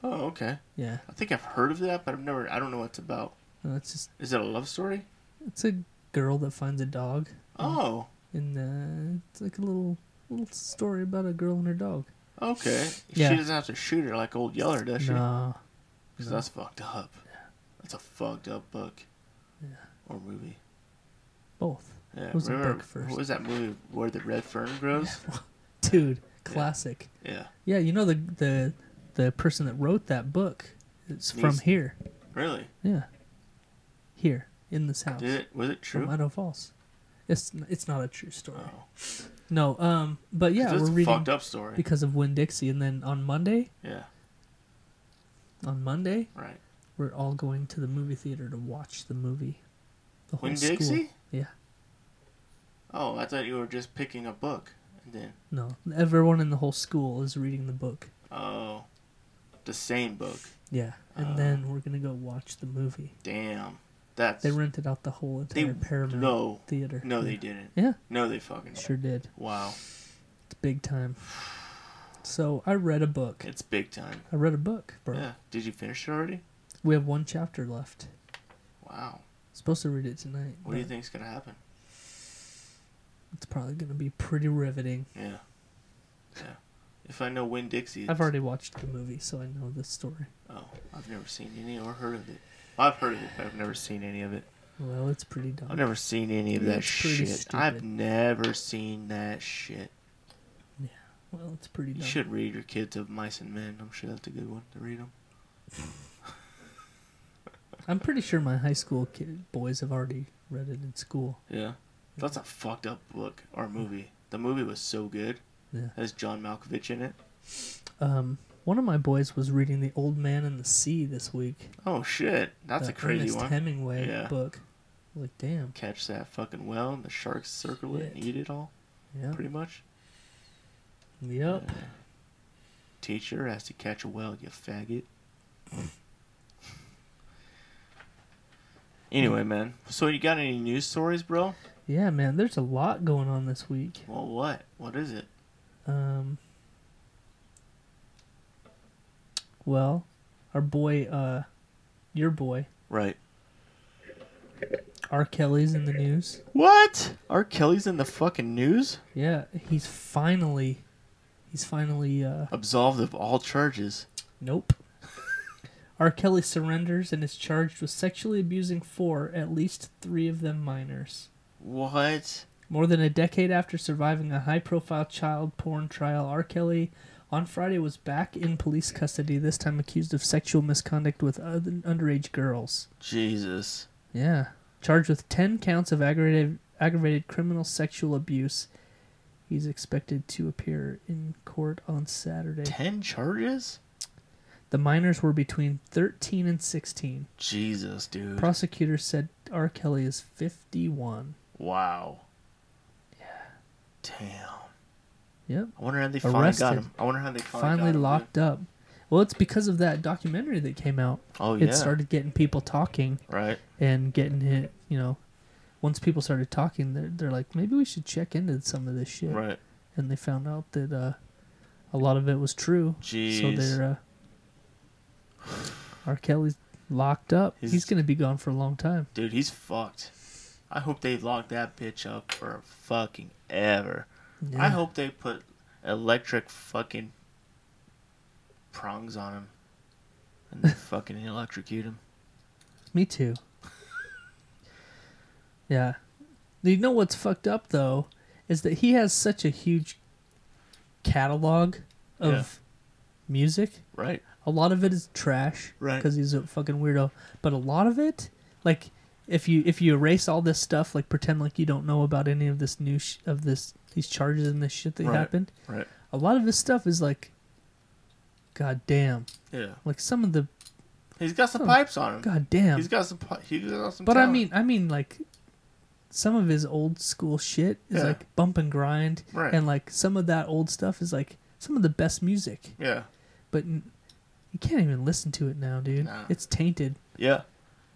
[SPEAKER 2] oh okay
[SPEAKER 3] Yeah,
[SPEAKER 2] i think i've heard of that but i've never i don't know what it's about
[SPEAKER 3] no, it's just
[SPEAKER 2] is it a love story
[SPEAKER 3] it's a girl that finds a dog,
[SPEAKER 2] oh
[SPEAKER 3] and uh, it's like a little little story about a girl and her dog.
[SPEAKER 2] okay
[SPEAKER 3] Yeah.
[SPEAKER 2] she doesn't have to shoot her like old yeller does she
[SPEAKER 3] No,
[SPEAKER 2] 'Cause that's fucked up that's a fucked up book or movie
[SPEAKER 3] both.
[SPEAKER 2] yeah
[SPEAKER 3] It was a
[SPEAKER 2] remember-
[SPEAKER 3] book first.
[SPEAKER 2] what was that movie where the red fern grows
[SPEAKER 3] Dude, classic.
[SPEAKER 2] Yeah.
[SPEAKER 3] Yeah, you know the the the person that wrote that book. It's from
[SPEAKER 2] He's-
[SPEAKER 3] here.
[SPEAKER 2] Really?
[SPEAKER 3] Yeah, here in this house
[SPEAKER 2] Did it? Was it
[SPEAKER 3] from
[SPEAKER 2] true?
[SPEAKER 3] Idaho Falls. It's it's not a true story.
[SPEAKER 2] Oh.
[SPEAKER 3] No, um, but yeah,
[SPEAKER 2] it's
[SPEAKER 3] we're
[SPEAKER 2] a
[SPEAKER 3] reading
[SPEAKER 2] fucked up story.
[SPEAKER 3] because of Win Dixie, and then on Monday,
[SPEAKER 2] yeah.
[SPEAKER 3] on Monday,
[SPEAKER 2] Right.
[SPEAKER 3] we're all going to the movie theater to watch the movie. The whole
[SPEAKER 2] Win
[SPEAKER 3] school.
[SPEAKER 2] Dixie?
[SPEAKER 3] Yeah.
[SPEAKER 2] Oh, I thought you were just picking a book. And then,
[SPEAKER 3] No, everyone in the whole school is reading the book.
[SPEAKER 2] oh, the same book.
[SPEAKER 3] Yeah, and
[SPEAKER 2] Ah.
[SPEAKER 3] then we're gonna go watch the movie.
[SPEAKER 2] Damn. That's.
[SPEAKER 3] They rented out the whole
[SPEAKER 2] they-
[SPEAKER 3] entire Paramount
[SPEAKER 2] No.
[SPEAKER 3] theater.
[SPEAKER 2] No,
[SPEAKER 3] yeah.
[SPEAKER 2] they didn't.
[SPEAKER 3] Yeah,
[SPEAKER 2] No, they fucking didn't.
[SPEAKER 3] sure did.
[SPEAKER 2] Wow.
[SPEAKER 3] It's big time. So I read a book.
[SPEAKER 2] It's big time.
[SPEAKER 3] I read a book, bro.
[SPEAKER 2] Yeah. Did you finish it already?
[SPEAKER 3] We have one chapter left.
[SPEAKER 2] Wow.
[SPEAKER 3] Supposed to read it tonight.
[SPEAKER 2] What do you
[SPEAKER 3] but
[SPEAKER 2] think's going to happen?
[SPEAKER 3] It's probably gonna be pretty riveting.
[SPEAKER 2] Yeah. Yeah. If I know Win Dixie.
[SPEAKER 3] I've already watched the movie, so I know the story.
[SPEAKER 2] Oh, I've never seen any or heard of it. I've heard of it, but I've never seen any of it.
[SPEAKER 3] Well, it's pretty dumb.
[SPEAKER 2] I've never seen any of that
[SPEAKER 3] It's pretty
[SPEAKER 2] shit. I've
[SPEAKER 3] stupid.
[SPEAKER 2] never seen that shit.
[SPEAKER 3] Well, it's pretty
[SPEAKER 2] You
[SPEAKER 3] dumb.
[SPEAKER 2] should read your kids of mice and men. I'm sure that's a good one to read them.
[SPEAKER 3] I'm pretty sure my high school kid boys have already read it in school.
[SPEAKER 2] Yeah, that's a fucked up book or movie. The movie was so good.
[SPEAKER 3] Yeah.
[SPEAKER 2] Has John Malkovich in it?
[SPEAKER 3] Um, one of my boys was reading The Old Man and the Sea this week.
[SPEAKER 2] Oh shit, that's
[SPEAKER 3] the
[SPEAKER 2] a crazy
[SPEAKER 3] Ernest
[SPEAKER 2] one.
[SPEAKER 3] Hemingway
[SPEAKER 2] Yeah.
[SPEAKER 3] book. Like, damn.
[SPEAKER 2] Catch that fucking whale and the sharks circle it and
[SPEAKER 3] Shit.
[SPEAKER 2] eat it all,
[SPEAKER 3] Yeah.
[SPEAKER 2] pretty much.
[SPEAKER 3] Yep.
[SPEAKER 2] Yeah. Teacher has to catch a whale, you faggot. anyway, man. So you got any news stories, bro?
[SPEAKER 3] Yeah, man. There's a lot going on this week.
[SPEAKER 2] Well, what? What is it?
[SPEAKER 3] Um. Well, our boy, uh, your boy,
[SPEAKER 2] Right.
[SPEAKER 3] R. Kelly's in the news.
[SPEAKER 2] What? R. Kelly's in the fucking news?
[SPEAKER 3] Yeah, he's finally, he's finally, uh,
[SPEAKER 2] Absolved of all charges.
[SPEAKER 3] Nope. R. Kelly surrenders and is charged with sexually abusing four, at least three of them minors.
[SPEAKER 2] What?
[SPEAKER 3] More than a decade after surviving a high profile child porn trial, R. Kelly on Friday was back in police custody, this time accused of sexual misconduct with other underage girls.
[SPEAKER 2] Jesus.
[SPEAKER 3] Yeah. Charged with 10 counts of aggravated, aggravated criminal sexual abuse. He's expected to appear in court on Saturday.
[SPEAKER 2] Ten charges?
[SPEAKER 3] The minors were between 13 and 16.
[SPEAKER 2] Jesus, dude.
[SPEAKER 3] Prosecutor said R. Kelly is 51.
[SPEAKER 2] wow. Yeah. Damn.
[SPEAKER 3] Yep.
[SPEAKER 2] I wonder how they finally got
[SPEAKER 3] Arrested.
[SPEAKER 2] him. Oh, I wonder how they finally,
[SPEAKER 3] Finally
[SPEAKER 2] got him,
[SPEAKER 3] locked up. Well, it's because of that documentary that came out.
[SPEAKER 2] dude. Oh, yeah.
[SPEAKER 3] It started getting people talking
[SPEAKER 2] Right.
[SPEAKER 3] and getting hit, you know. Once people started talking, they're, they're like, maybe we should check into some of this shit.
[SPEAKER 2] Right.
[SPEAKER 3] And they found out that uh, a lot of it was true. So
[SPEAKER 2] Jeez.
[SPEAKER 3] they're. Uh, R. Kelly's locked up.
[SPEAKER 2] He's-
[SPEAKER 3] He's going to be gone for a long time.
[SPEAKER 2] Dude, he's fucked. I hope they lock that bitch up for fucking ever. I
[SPEAKER 3] Yeah.
[SPEAKER 2] hope they put electric fucking prongs on him and they fucking electrocute him.
[SPEAKER 3] Me too. Yeah. You know what's fucked up though is that he has such a huge catalog of
[SPEAKER 2] Yeah.
[SPEAKER 3] music.
[SPEAKER 2] Right.
[SPEAKER 3] A lot of it is trash
[SPEAKER 2] Right.
[SPEAKER 3] because he's a fucking weirdo, but a lot of it like if you if you erase all this stuff like pretend like you don't know about any of this new sh- of this these charges and this shit that
[SPEAKER 2] Right.
[SPEAKER 3] happened.
[SPEAKER 2] Right.
[SPEAKER 3] A lot of his stuff is like god damn.
[SPEAKER 2] Yeah.
[SPEAKER 3] Like some of the
[SPEAKER 2] He's got some
[SPEAKER 3] Oh,
[SPEAKER 2] pipes on him.
[SPEAKER 3] god damn.
[SPEAKER 2] He's got some. pi- He's got some.
[SPEAKER 3] But I
[SPEAKER 2] talent.
[SPEAKER 3] mean, I mean, like some of his old school shit is
[SPEAKER 2] Yeah.
[SPEAKER 3] like bump and grind,
[SPEAKER 2] Right.
[SPEAKER 3] and like some of that old stuff is like some of the best music.
[SPEAKER 2] Yeah.
[SPEAKER 3] But n- you can't even listen to it now, dude.
[SPEAKER 2] Nah.
[SPEAKER 3] It's tainted.
[SPEAKER 2] Yeah.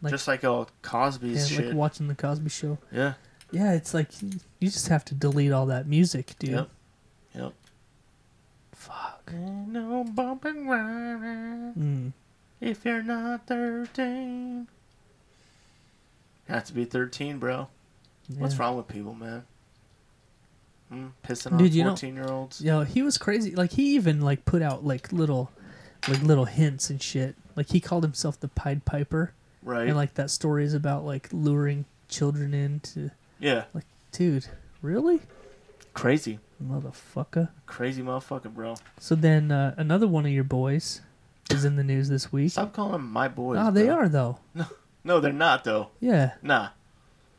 [SPEAKER 3] Like-
[SPEAKER 2] Just like old
[SPEAKER 3] Yeah,
[SPEAKER 2] Cosby's
[SPEAKER 3] like
[SPEAKER 2] shit.
[SPEAKER 3] watching the Cosby Show.
[SPEAKER 2] yeah.
[SPEAKER 3] Yeah, it's like you just have to delete all that music, dude.
[SPEAKER 2] Yep. Yep.
[SPEAKER 3] Fuck.
[SPEAKER 2] No bumping around
[SPEAKER 3] Mm.
[SPEAKER 2] if you're not thirteen. Have to be thirteen, bro. What's
[SPEAKER 3] Yeah.
[SPEAKER 2] wrong with people, man? Hmm? Pissing
[SPEAKER 3] Dude, you
[SPEAKER 2] on
[SPEAKER 3] don't-
[SPEAKER 2] fourteen-year-olds.
[SPEAKER 3] Yo, he was crazy. Like he even like put out like little, like little hints and shit. Like he called himself the Pied Piper.
[SPEAKER 2] Right.
[SPEAKER 3] and like that story is about like luring children into
[SPEAKER 2] yeah.
[SPEAKER 3] dude really
[SPEAKER 2] Crazy.
[SPEAKER 3] Motherfucker.
[SPEAKER 2] Crazy motherfucker, bro.
[SPEAKER 3] So then uh, another one of your boys is in the news this week.
[SPEAKER 2] Stop calling them my boys.
[SPEAKER 3] Ah, they
[SPEAKER 2] bro.
[SPEAKER 3] are though.
[SPEAKER 2] No, they're not though.
[SPEAKER 3] Yeah,
[SPEAKER 2] Nah,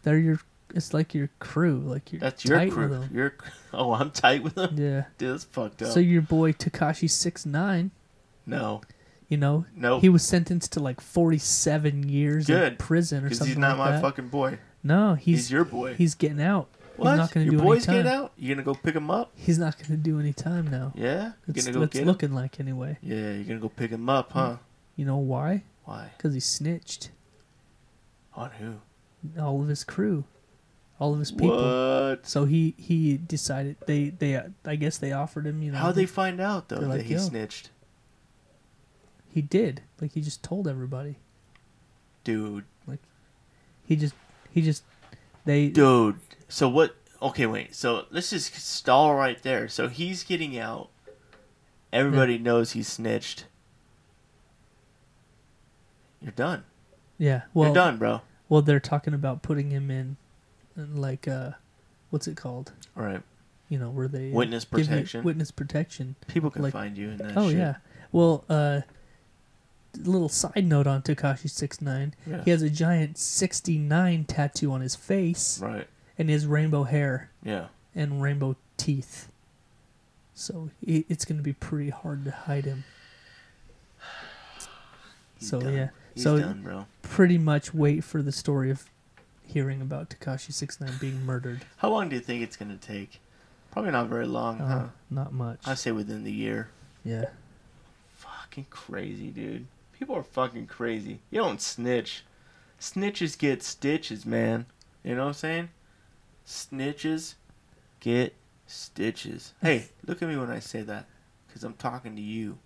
[SPEAKER 3] they're your. It's like your crew. Like you're
[SPEAKER 2] that's your
[SPEAKER 3] tight with
[SPEAKER 2] crew.
[SPEAKER 3] them.
[SPEAKER 2] Your oh, I'm tight with them.
[SPEAKER 3] Yeah.
[SPEAKER 2] Dude, that's fucked up.
[SPEAKER 3] So your boy Takashi six nine.
[SPEAKER 2] no,
[SPEAKER 3] You know,
[SPEAKER 2] no,
[SPEAKER 3] he was sentenced to like forty seven years in
[SPEAKER 2] Good.
[SPEAKER 3] prison or
[SPEAKER 2] because
[SPEAKER 3] something.
[SPEAKER 2] he's not
[SPEAKER 3] like
[SPEAKER 2] my
[SPEAKER 3] that.
[SPEAKER 2] fucking boy.
[SPEAKER 3] No,
[SPEAKER 2] He's,
[SPEAKER 3] he's
[SPEAKER 2] your boy.
[SPEAKER 3] he's getting out.
[SPEAKER 2] what?
[SPEAKER 3] He's not going to
[SPEAKER 2] your
[SPEAKER 3] do
[SPEAKER 2] boys
[SPEAKER 3] any time.
[SPEAKER 2] get out? You're gonna go pick him up?
[SPEAKER 3] He's not going to do any time now.
[SPEAKER 2] Yeah, you're
[SPEAKER 3] It's,
[SPEAKER 2] gonna go
[SPEAKER 3] it's
[SPEAKER 2] get 'em?
[SPEAKER 3] looking like anyway.
[SPEAKER 2] Yeah, you're gonna go pick him up,
[SPEAKER 3] Hmm.
[SPEAKER 2] huh?
[SPEAKER 3] You know why?
[SPEAKER 2] Why?
[SPEAKER 3] Because he snitched
[SPEAKER 2] On who?
[SPEAKER 3] all of his crew, all of his people.
[SPEAKER 2] What?
[SPEAKER 3] So he he decided they they uh, I guess they offered him you know
[SPEAKER 2] How'd they find out though
[SPEAKER 3] They're
[SPEAKER 2] that
[SPEAKER 3] like,
[SPEAKER 2] he
[SPEAKER 3] "Yo."
[SPEAKER 2] snitched?
[SPEAKER 3] he did like he just told everybody
[SPEAKER 2] Dude,
[SPEAKER 3] he just he just they
[SPEAKER 2] dude. So what? Okay, wait. So let's just stall right there. So he's getting out. Everybody knows he snitched. You're done.
[SPEAKER 3] yeah well
[SPEAKER 2] You're done, bro.
[SPEAKER 3] well they're talking about putting him in, in like uh what's it called
[SPEAKER 2] All right.
[SPEAKER 3] you know where they uh,
[SPEAKER 2] Witness
[SPEAKER 3] give you
[SPEAKER 2] protection.
[SPEAKER 3] witness protection
[SPEAKER 2] People can
[SPEAKER 3] Like-
[SPEAKER 2] find you in that.
[SPEAKER 3] oh
[SPEAKER 2] shit.
[SPEAKER 3] yeah well uh little side note on Takashi six nine
[SPEAKER 2] Yeah.
[SPEAKER 3] he has a giant sixty nine tattoo on his face
[SPEAKER 2] Right.
[SPEAKER 3] and his rainbow hair
[SPEAKER 2] Yeah.
[SPEAKER 3] and rainbow teeth. So i it's going to be pretty hard to hide him.
[SPEAKER 2] He's
[SPEAKER 3] So,
[SPEAKER 2] done.
[SPEAKER 3] yeah.
[SPEAKER 2] He's
[SPEAKER 3] So-
[SPEAKER 2] done, bro.
[SPEAKER 3] Pretty much wait for the story of hearing about Takashi Six Nine being murdered.
[SPEAKER 2] How long do you think it's gonna take? Probably not very long,
[SPEAKER 3] Uh,
[SPEAKER 2] huh?
[SPEAKER 3] Not much.
[SPEAKER 2] Uh-huh. I say within the year.
[SPEAKER 3] yeah.
[SPEAKER 2] Fucking crazy, dude. People are fucking crazy. You don't snitch. Snitches get stitches, man. You know what I'm saying? Snitches get stitches. Hey, look at me when I say that, because I'm talking to you.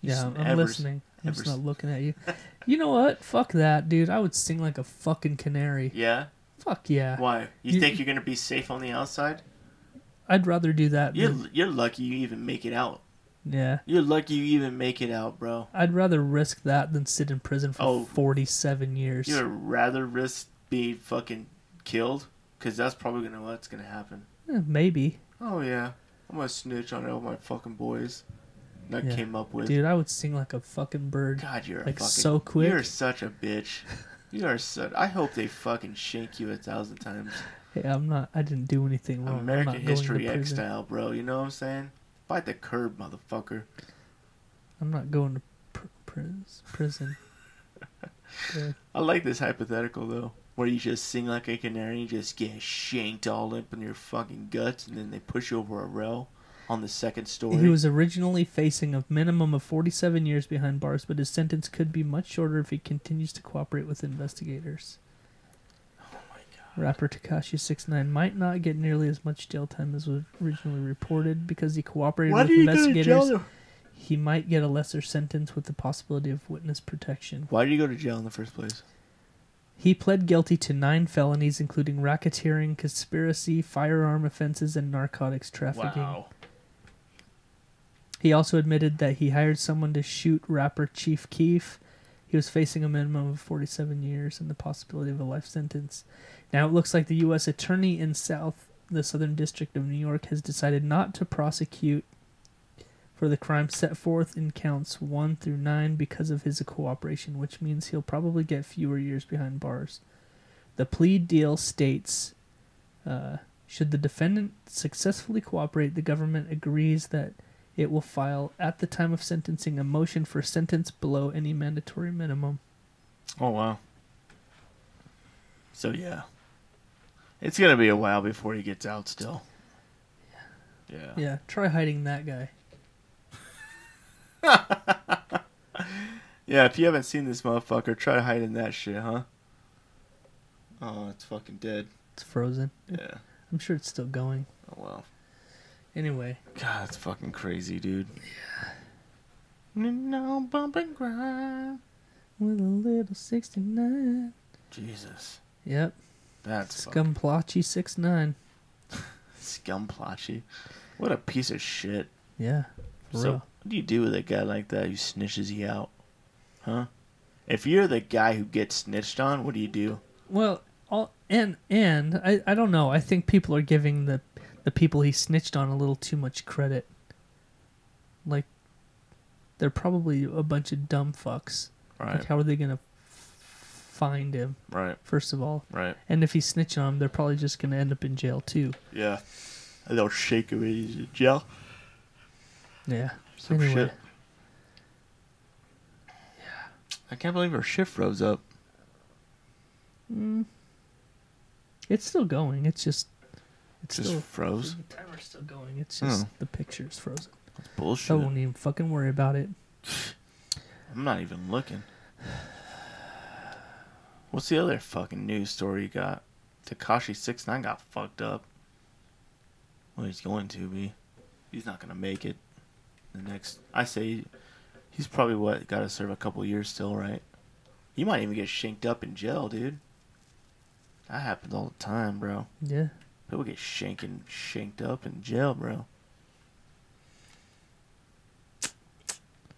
[SPEAKER 2] You
[SPEAKER 3] Yeah,
[SPEAKER 2] sn-
[SPEAKER 3] I'm, I'm
[SPEAKER 2] ever s-
[SPEAKER 3] listening. I'm just
[SPEAKER 2] ever s-
[SPEAKER 3] not looking at you. you know what? Fuck that, dude. I would sing like a fucking canary.
[SPEAKER 2] Yeah?
[SPEAKER 3] Fuck yeah.
[SPEAKER 2] Why? You,
[SPEAKER 3] You-
[SPEAKER 2] think you're gonna be safe on the outside?
[SPEAKER 3] I'd rather do that.
[SPEAKER 2] You're
[SPEAKER 3] Than,
[SPEAKER 2] you're lucky you even make it out.
[SPEAKER 3] yeah.
[SPEAKER 2] You're lucky you even make it out, bro.
[SPEAKER 3] I'd rather risk that than sit in prison for
[SPEAKER 2] Oh.
[SPEAKER 3] 47 years.
[SPEAKER 2] You'd rather risk being fucking killed, because that's probably gonna what's gonna happen.
[SPEAKER 3] Eh, maybe.
[SPEAKER 2] Oh yeah, I'm gonna snitch on all my fucking boys. That
[SPEAKER 3] Yeah.
[SPEAKER 2] came up with.
[SPEAKER 3] Dude, I would sing like a fucking bird.
[SPEAKER 2] God, you're
[SPEAKER 3] like,
[SPEAKER 2] a fucking.
[SPEAKER 3] so quick.
[SPEAKER 2] You're such a bitch. You are such. I hope they fucking shank you a thousand times.
[SPEAKER 3] Hey, I'm not. I didn't do anything wrong.
[SPEAKER 2] American
[SPEAKER 3] I'm not
[SPEAKER 2] History
[SPEAKER 3] going to
[SPEAKER 2] X
[SPEAKER 3] prison.
[SPEAKER 2] style, bro. You know what I'm saying? Bite the curb, motherfucker.
[SPEAKER 3] I'm not going to pr- pris- prison. Yeah.
[SPEAKER 2] I like this hypothetical though, where you just sing like a canary and you just get shanked all up in your fucking guts, and then they push you over a rail on the second story.
[SPEAKER 3] He was originally facing a minimum of 47 years behind bars, but his sentence could be much shorter if he continues to cooperate with investigators.
[SPEAKER 2] Oh my god.
[SPEAKER 3] Rapper Takashi 69 might not get nearly as much jail time as was originally reported because he cooperated
[SPEAKER 2] Why
[SPEAKER 3] with
[SPEAKER 2] do you go to jail?
[SPEAKER 3] investigators.
[SPEAKER 2] though?
[SPEAKER 3] He might get a lesser sentence with the possibility of witness protection.
[SPEAKER 2] Why do you go to jail in the first place?
[SPEAKER 3] He pled guilty to nine felonies, including racketeering, conspiracy, firearm offenses, and narcotics trafficking. He also admitted that he hired someone to shoot rapper Chief Keef. He was facing a minimum of 47 years and the possibility of a life sentence. Now it looks like the U.S. attorney in South the Southern District of New York has decided not to prosecute for the crime set forth in counts one through nine because of his cooperation, which means he'll probably get fewer years behind bars. The plea deal states. Uh, should the defendant successfully cooperate, the government agrees that it will file at the time of sentencing a motion for sentence below any mandatory minimum.
[SPEAKER 2] Oh wow. So yeah. It's gonna be a while before he gets out still. Yeah.
[SPEAKER 3] Yeah, try hiding that guy.
[SPEAKER 2] Yeah, if you haven't seen this motherfucker, try to hide in that shit, huh? Oh, it's fucking dead.
[SPEAKER 3] It's frozen.
[SPEAKER 2] Yeah.
[SPEAKER 3] I'm sure it's still going.
[SPEAKER 2] Oh wow.
[SPEAKER 3] Anyway,
[SPEAKER 2] God, it's fucking crazy, dude. Yeah. No bump and grind.
[SPEAKER 3] with a little 69.
[SPEAKER 2] Jesus.
[SPEAKER 3] Yep,
[SPEAKER 2] That's fucking
[SPEAKER 3] Scumplotchy 69.
[SPEAKER 2] scumplotchy. What a piece of shit.
[SPEAKER 3] Yeah, for
[SPEAKER 2] So,
[SPEAKER 3] real.
[SPEAKER 2] what do you do with a guy like that who snitches you out? Huh? If you're the guy who gets snitched on, what do you do?
[SPEAKER 3] Well, all, and and I, I don't know. I think people are giving the the people he snitched on a little too much credit. Like, they're probably a bunch of dumb fucks. Like,
[SPEAKER 2] Right.
[SPEAKER 3] how are they gonna f- find him?
[SPEAKER 2] Right.
[SPEAKER 3] First of all,
[SPEAKER 2] Right.
[SPEAKER 3] and if he's snitching on him, they're probably just gonna end up in jail too.
[SPEAKER 2] Yeah. And they'll shake him in his jail.
[SPEAKER 3] Yeah.
[SPEAKER 2] Some
[SPEAKER 3] Anyway.
[SPEAKER 2] shit. I can't believe our shift rose up.
[SPEAKER 3] It's still going. It's just. It's
[SPEAKER 2] Just
[SPEAKER 3] still.
[SPEAKER 2] froze.
[SPEAKER 3] The timer's still going. It's just the picture's frozen.
[SPEAKER 2] Bullshit.
[SPEAKER 3] I won't even fucking worry about it.
[SPEAKER 2] I'm not even looking. What's the other fucking news story you got? Takashi six nine got fucked up. Well, he's going to be. He's not gonna make it. The next, I say, he's probably what got to serve a couple years still, right? He might even get shanked up in jail, dude. That happens all the time, bro.
[SPEAKER 3] Yeah.
[SPEAKER 2] People get shanking, shanked up in jail, bro.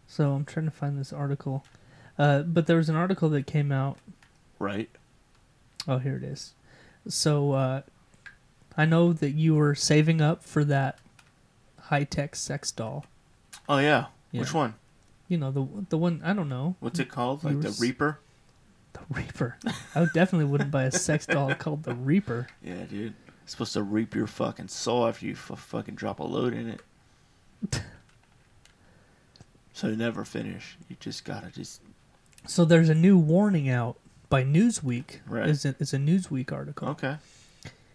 [SPEAKER 3] So I'm trying to find this article. Uh, but there was an article that came out.
[SPEAKER 2] Right?
[SPEAKER 3] Oh, here it is. So uh, I know that you were saving up for that high tech sex doll.
[SPEAKER 2] Oh yeah.
[SPEAKER 3] Yeah.
[SPEAKER 2] Which one?
[SPEAKER 3] You know the the one I don't know
[SPEAKER 2] What's it called?
[SPEAKER 3] You
[SPEAKER 2] Like
[SPEAKER 3] were
[SPEAKER 2] the
[SPEAKER 3] s-
[SPEAKER 2] Reaper?
[SPEAKER 3] the Reaper. I would- definitely wouldn't buy a sex doll called the Reaper.
[SPEAKER 2] Yeah, dude. It's supposed to reap your fucking soul after you f- fucking drop a load in it. so you never finish. You just gotta just.
[SPEAKER 3] So there's a new warning out by Newsweek.
[SPEAKER 2] Right.
[SPEAKER 3] It's a, it's a Newsweek article.
[SPEAKER 2] Okay.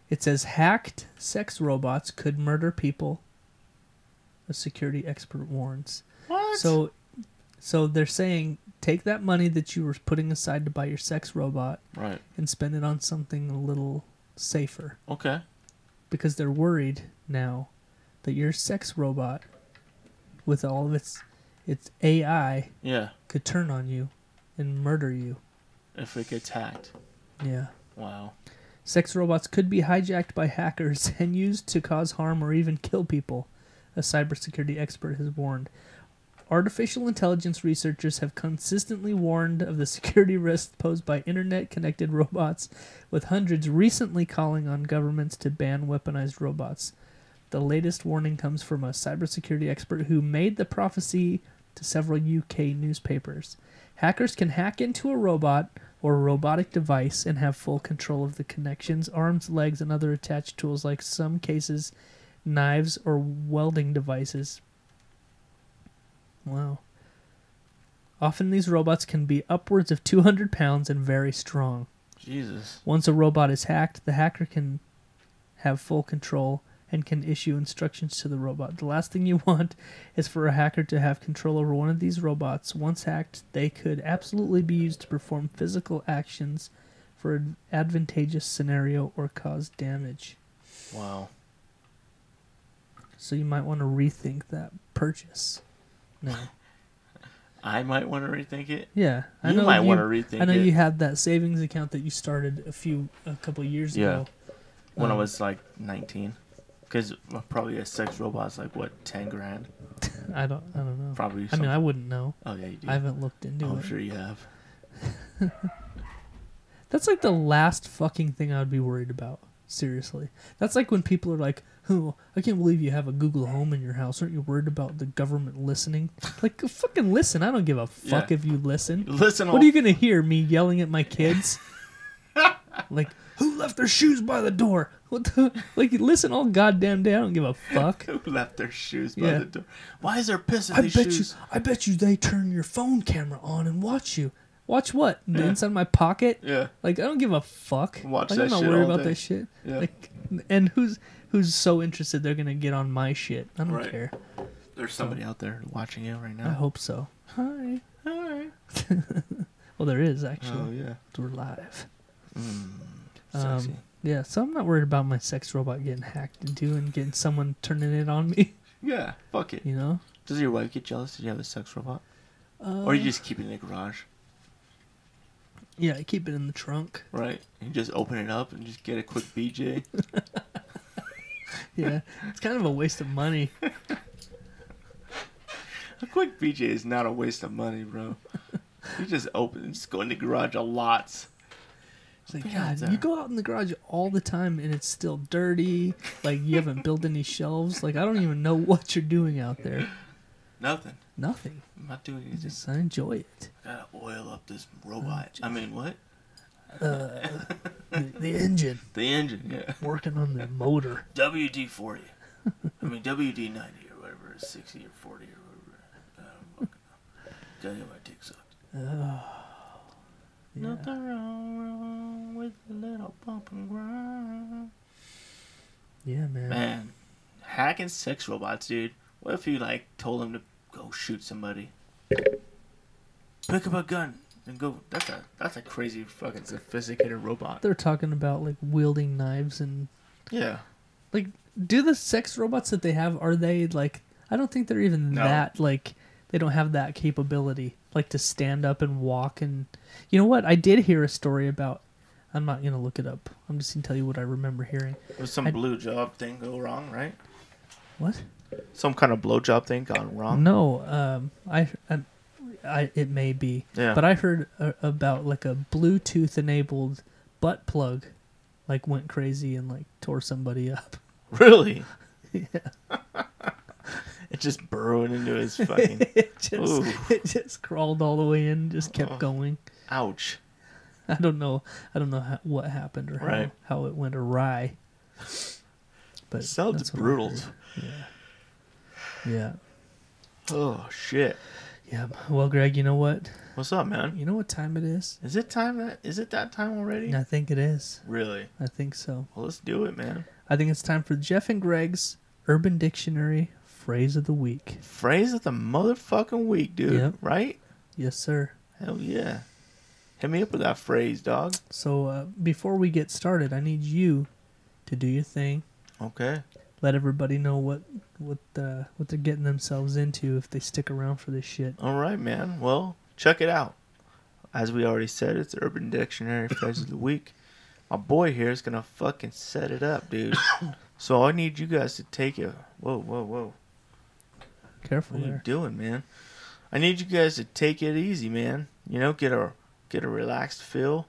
[SPEAKER 3] It says hacked sex robots could murder people. A security expert warns.
[SPEAKER 2] What?
[SPEAKER 3] So, so they're saying take that money that you were putting aside to buy your sex robot
[SPEAKER 2] Right.
[SPEAKER 3] and spend it on something a little safer
[SPEAKER 2] Okay.
[SPEAKER 3] because they're worried now that your sex robot, with all of its its AI,
[SPEAKER 2] Yeah.
[SPEAKER 3] could turn on you and murder you.
[SPEAKER 2] If it gets hacked.
[SPEAKER 3] Yeah.
[SPEAKER 2] Wow.
[SPEAKER 3] Sex robots could be hijacked by hackers and used to cause harm or even kill people, a cybersecurity expert has warned. Artificial intelligence researchers have consistently warned of the security risks posed by internet connected robots, with hundreds recently calling on governments to ban weaponized robots. The latest warning comes from a cybersecurity expert who made the prophecy to several UK newspapers. Hackers can hack into a robot or a robotic device and have full control of the connections, arms, legs, and other attached tools, like some cases, knives or welding devices. Wow. Often these robots can be upwards of 200 pounds and very strong.
[SPEAKER 2] Jesus.
[SPEAKER 3] Once a robot is hacked, the hacker can have full control and can issue instructions to the robot. The last thing you want is for a hacker to have control over one of these robots. Once hacked, they could absolutely be used to perform physical actions for an advantageous scenario or cause damage.
[SPEAKER 2] Wow.
[SPEAKER 3] So you might want to rethink that purchase. No.
[SPEAKER 2] I might want to rethink it.
[SPEAKER 3] Yeah, I
[SPEAKER 2] You
[SPEAKER 3] know
[SPEAKER 2] might
[SPEAKER 3] you,
[SPEAKER 2] wanna rethink
[SPEAKER 3] I know
[SPEAKER 2] it.
[SPEAKER 3] you had that savings account that you started a few a couple years
[SPEAKER 2] Yeah.
[SPEAKER 3] ago.
[SPEAKER 2] When I
[SPEAKER 3] Um,
[SPEAKER 2] was like 19. Because probably a sex robot's like, what, 10 grand?
[SPEAKER 3] I don't I don't know.
[SPEAKER 2] Probably.
[SPEAKER 3] I mean,
[SPEAKER 2] something-
[SPEAKER 3] I wouldn't know.
[SPEAKER 2] Oh, yeah, you do. Oh,
[SPEAKER 3] I haven't looked into
[SPEAKER 2] I'm
[SPEAKER 3] it.
[SPEAKER 2] sure you have.
[SPEAKER 3] That's like the last fucking thing I would be worried about. Seriously. That's like when people are like, oh, I can't believe you have a Google Home in your house. Aren't you worried about the government listening? Like, fucking listen. I don't give a fuck
[SPEAKER 2] Yeah.
[SPEAKER 3] if you listen.
[SPEAKER 2] Listen,
[SPEAKER 3] What are you going to hear? Me yelling at my kids? like, who left their shoes by the door? What the? Like, listen all goddamn day. I don't give a fuck.
[SPEAKER 2] who left their shoes by
[SPEAKER 3] Yeah.
[SPEAKER 2] the door? Why is there piss in
[SPEAKER 3] I
[SPEAKER 2] these
[SPEAKER 3] bet
[SPEAKER 2] shoes?
[SPEAKER 3] you. I bet you they turn your phone camera on and watch you. Watch what? The inside of my pocket?
[SPEAKER 2] Yeah.
[SPEAKER 3] Like I don't give a fuck.
[SPEAKER 2] Watch
[SPEAKER 3] like,
[SPEAKER 2] that
[SPEAKER 3] I'm not
[SPEAKER 2] shit
[SPEAKER 3] worried
[SPEAKER 2] all
[SPEAKER 3] about
[SPEAKER 2] day.
[SPEAKER 3] that shit.
[SPEAKER 2] Yeah.
[SPEAKER 3] Like, and who's who's so interested they're gonna get on my shit? I don't
[SPEAKER 2] Right.
[SPEAKER 3] care.
[SPEAKER 2] There's somebody out there watching you right
[SPEAKER 3] I
[SPEAKER 2] now.
[SPEAKER 3] hope so. Hi.
[SPEAKER 2] Alright.
[SPEAKER 3] Well, there is
[SPEAKER 2] Oh
[SPEAKER 3] actually.
[SPEAKER 2] yeah. Mm,
[SPEAKER 3] We're live. Um,
[SPEAKER 2] Sexy.
[SPEAKER 3] yeah, so I'm not worried about my sex robot getting hacked into and getting someone turning it on me.
[SPEAKER 2] yeah. Fuck it.
[SPEAKER 3] You know,
[SPEAKER 2] Does your wife get jealous? Did you have a sex robot? or
[SPEAKER 3] Uh,
[SPEAKER 2] you just keep it in the garage,
[SPEAKER 3] yeah, I keep it in the trunk.
[SPEAKER 2] right? And just open it up and just get a quick BJ.
[SPEAKER 3] Yeah, it's kind of a waste of money.
[SPEAKER 2] a quick BJ is not a waste of money, bro. You just open, just go in the garage a lot. It's like,
[SPEAKER 3] God,
[SPEAKER 2] it's,
[SPEAKER 3] you
[SPEAKER 2] uh,
[SPEAKER 3] go out in the garage all the time and it's still dirty. Like you haven't built any shelves. Like I don't even know what you're doing out there.
[SPEAKER 2] nothing.
[SPEAKER 3] Nothing.
[SPEAKER 2] I'm not doing
[SPEAKER 3] You
[SPEAKER 2] anything. Just
[SPEAKER 3] just I enjoy it.
[SPEAKER 2] gotta oil up this robot. I mean, what?
[SPEAKER 3] The, the engine
[SPEAKER 2] The engine. Yeah.
[SPEAKER 3] working on the motor.
[SPEAKER 2] WD forty. I mean WD ninety or whatever, sixty or forty or whatever. I don't fucking know. Gotta get my dick sucked.
[SPEAKER 3] Yeah.
[SPEAKER 2] Nothing wrong, wrong with a little bump and grind.
[SPEAKER 3] Yeah, man.
[SPEAKER 2] Man, hacking sex robots, dude. What if you like told them to go shoot somebody? Pick up a gun and go. That's a that's a crazy fucking sophisticated robot.
[SPEAKER 3] They're talking about like wielding knives and
[SPEAKER 2] Yeah.
[SPEAKER 3] like do the sex robots that they have are they like I don't think they're even
[SPEAKER 2] No.
[SPEAKER 3] that like they don't have that capability like to stand up and walk and you know what I did hear a story about I'm not gonna look it up I'm just gonna tell you what I remember hearing
[SPEAKER 2] Was some
[SPEAKER 3] I-
[SPEAKER 2] blue job thing go wrong, right?
[SPEAKER 3] what
[SPEAKER 2] Some kind of blowjob thing gone wrong.
[SPEAKER 3] no um I, I, I it may be
[SPEAKER 2] Yeah.
[SPEAKER 3] but I heard uh about like a Bluetooth enabled butt plug like went crazy and like tore somebody up
[SPEAKER 2] Really? it just burrowed into his fucking.
[SPEAKER 3] it just
[SPEAKER 2] Ooh.
[SPEAKER 3] it just crawled all the way in, just kept going.
[SPEAKER 2] Ouch.
[SPEAKER 3] I don't know. I don't know how, what happened or how,
[SPEAKER 2] Right.
[SPEAKER 3] how it went awry. But
[SPEAKER 2] Sounds
[SPEAKER 3] that's what I
[SPEAKER 2] brutal.
[SPEAKER 3] heard. Yeah.
[SPEAKER 2] Oh shit.
[SPEAKER 3] Yeah. Well, Greg, you know what?
[SPEAKER 2] What's up, man?
[SPEAKER 3] You know what time it is?
[SPEAKER 2] Is it time that is it that time already?
[SPEAKER 3] I think it is.
[SPEAKER 2] Really?
[SPEAKER 3] I think so.
[SPEAKER 2] Well, let's do it, man.
[SPEAKER 3] I think it's time for Jeff and Greg's Urban Dictionary phrase of the week.
[SPEAKER 2] Phrase of the motherfucking week, dude.
[SPEAKER 3] Yep.
[SPEAKER 2] Right?
[SPEAKER 3] Yes, sir.
[SPEAKER 2] Hell yeah. Hit me up with that phrase, dog.
[SPEAKER 3] So uh, before we get started, I need you to do your thing.
[SPEAKER 2] Okay.
[SPEAKER 3] let everybody know what what uh, what they're getting themselves into if they stick around for this shit.
[SPEAKER 2] All right, man. Well, check it out. As we already said, it's Urban Dictionary phrase of the week. My boy here is gonna fucking set it up, dude. so I need you guys to take it. Whoa, whoa, whoa.
[SPEAKER 3] Careful
[SPEAKER 2] What are you
[SPEAKER 3] there.
[SPEAKER 2] doing, man? I need you guys to take it easy, man. You know, get a get a relaxed feel.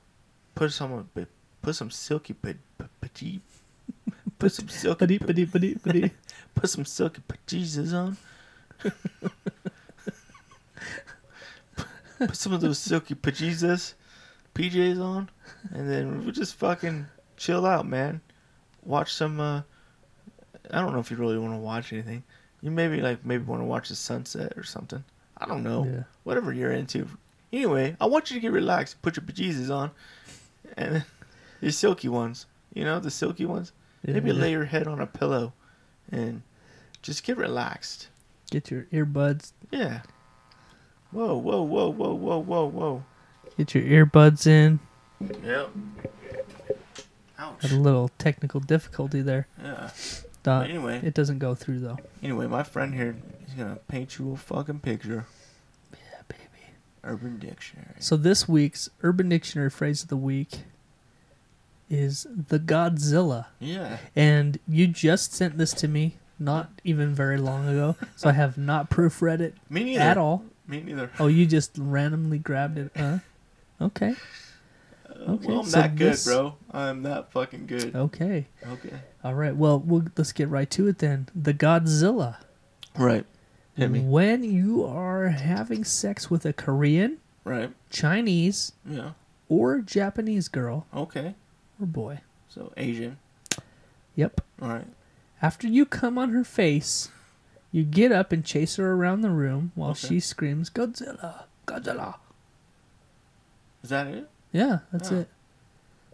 [SPEAKER 2] Put some uh, put some silky pa- pa- pa- put some silky
[SPEAKER 3] Ba-dee,
[SPEAKER 2] pa-
[SPEAKER 3] ba-dee, ba-dee, ba-dee.
[SPEAKER 2] put some silky pajitas on. put some of those silky pajitas, PJs on, and then we just fucking chill out, man. Watch some. uh I don't know if you really want to watch anything. You maybe like maybe want to watch the sunset or something. I don't know.
[SPEAKER 3] Yeah.
[SPEAKER 2] Whatever you're into. Anyway, I want you to get relaxed. Put your pajitas on, and your silky ones. You know the silky ones.
[SPEAKER 3] Yeah,
[SPEAKER 2] maybe
[SPEAKER 3] yeah.
[SPEAKER 2] lay your head on a pillow and just get relaxed.
[SPEAKER 3] Get your earbuds.
[SPEAKER 2] Yeah. Whoa, whoa, whoa, whoa, whoa, whoa, whoa.
[SPEAKER 3] Get your earbuds in.
[SPEAKER 2] Yep. Ouch.
[SPEAKER 3] Had a little technical difficulty there.
[SPEAKER 2] Yeah.
[SPEAKER 3] Uh,
[SPEAKER 2] But anyway.
[SPEAKER 3] it doesn't go through though.
[SPEAKER 2] Anyway, my friend here, he's gonna paint you a fucking picture.
[SPEAKER 3] Yeah, baby.
[SPEAKER 2] Urban Dictionary.
[SPEAKER 3] So this week's Urban Dictionary phrase of the week is the Godzilla,
[SPEAKER 2] Yeah.
[SPEAKER 3] and you just sent this to me not even very long ago, so I have not proofread it
[SPEAKER 2] Me neither.
[SPEAKER 3] at all.
[SPEAKER 2] Me neither.
[SPEAKER 3] Oh, you just randomly grabbed it, huh? Okay. Okay.
[SPEAKER 2] Uh, well, I'm
[SPEAKER 3] so
[SPEAKER 2] that good,
[SPEAKER 3] this- Oh.
[SPEAKER 2] bro. I'm that fucking good.
[SPEAKER 3] Okay.
[SPEAKER 2] Okay.
[SPEAKER 3] All right. Well, we'll let's get right to it then. The Godzilla.
[SPEAKER 2] Right. Hit me.
[SPEAKER 3] When you are having sex with a Korean,
[SPEAKER 2] Right.
[SPEAKER 3] Chinese,
[SPEAKER 2] Yeah.
[SPEAKER 3] or Japanese girl
[SPEAKER 2] Okay.
[SPEAKER 3] or boy.
[SPEAKER 2] So Asian.
[SPEAKER 3] Yep.
[SPEAKER 2] Right.
[SPEAKER 3] After you come on her face, you get up and chase her around the room while
[SPEAKER 2] Okay.
[SPEAKER 3] she screams Godzilla, Godzilla.
[SPEAKER 2] Is that it?
[SPEAKER 3] Yeah, that's
[SPEAKER 2] Oh.
[SPEAKER 3] it.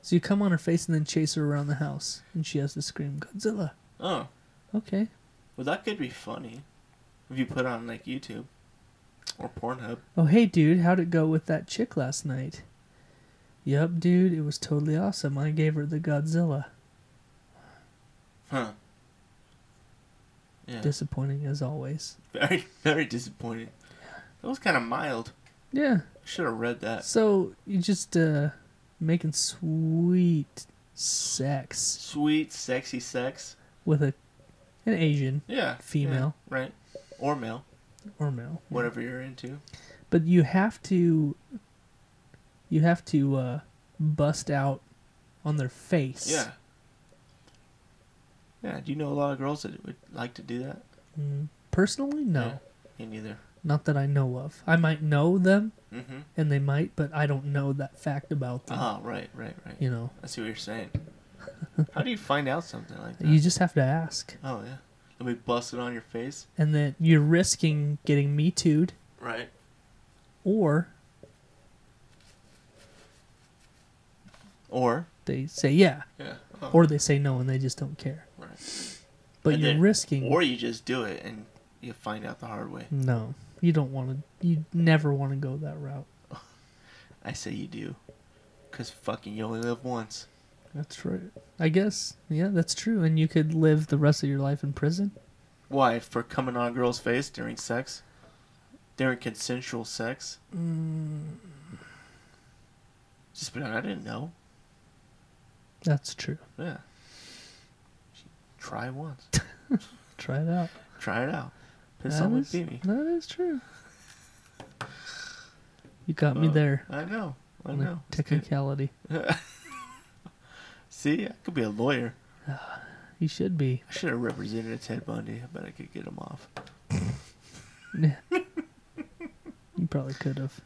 [SPEAKER 3] So you come on her face and then chase her around the house, and she has to scream Godzilla.
[SPEAKER 2] Oh.
[SPEAKER 3] Okay.
[SPEAKER 2] Well, that could be funny if you put it on like YouTube or Pornhub.
[SPEAKER 3] Oh, hey, dude, how'd it go with that chick last night? Yup, dude, it was totally awesome. I gave her the Godzilla.
[SPEAKER 2] Huh. Yeah.
[SPEAKER 3] Disappointing as always.
[SPEAKER 2] very, very disappointing. That was kind of mild.
[SPEAKER 3] Yeah.
[SPEAKER 2] Should have read that.
[SPEAKER 3] So you just uh making sweet sex
[SPEAKER 2] Sweet, sexy sex.
[SPEAKER 3] with a an Asian
[SPEAKER 2] Yeah.
[SPEAKER 3] Female.
[SPEAKER 2] yeah, right. Or male.
[SPEAKER 3] or male.
[SPEAKER 2] Whatever you're into.
[SPEAKER 3] But you have to you have to uh bust out on their face.
[SPEAKER 2] Yeah. Yeah. Do you know a lot of girls that would like to do that?
[SPEAKER 3] Mm, Personally, no.
[SPEAKER 2] Me neither.
[SPEAKER 3] Not that I know of. I might know them,
[SPEAKER 2] Mm-hmm.
[SPEAKER 3] and they might, but I don't know that fact about them.
[SPEAKER 2] Ah, right, right, right.
[SPEAKER 3] You know,
[SPEAKER 2] I see what you're saying. How do you find out something like that?
[SPEAKER 3] you just have to ask,
[SPEAKER 2] oh yeah. Let me bust it on your face.
[SPEAKER 3] and then you're risking getting me too'd
[SPEAKER 2] Right.
[SPEAKER 3] or
[SPEAKER 2] Or
[SPEAKER 3] they say yeah,
[SPEAKER 2] yeah. Oh,
[SPEAKER 3] or they say no and they just don't care.
[SPEAKER 2] right.
[SPEAKER 3] But
[SPEAKER 2] And
[SPEAKER 3] you're
[SPEAKER 2] then-
[SPEAKER 3] risking.
[SPEAKER 2] Or you just do it and you find out the hard way.
[SPEAKER 3] no, you don't want to. You never want to go that route.
[SPEAKER 2] I say you do. Cause fucking you only live once.
[SPEAKER 3] That's right. I guess yeah, that's true. And you could live the rest of your life in prison.
[SPEAKER 2] Why? For coming on a girl's face during sex? During consensual sex?
[SPEAKER 3] Mm.
[SPEAKER 2] Just but I didn't know.
[SPEAKER 3] That's true.
[SPEAKER 2] Yeah. Try once.
[SPEAKER 3] Try it out.
[SPEAKER 2] Try it out. Piss
[SPEAKER 3] That
[SPEAKER 2] on with
[SPEAKER 3] is-
[SPEAKER 2] baby.
[SPEAKER 3] That is true. You got me
[SPEAKER 2] Oh,
[SPEAKER 3] there.
[SPEAKER 2] I know. I
[SPEAKER 3] on the
[SPEAKER 2] know. It's good.
[SPEAKER 3] Technicality.
[SPEAKER 2] See, I could be a lawyer.
[SPEAKER 3] You should be.
[SPEAKER 2] I should have represented a Ted Bundy. I bet I could get him off.
[SPEAKER 3] Yeah. you probably could have.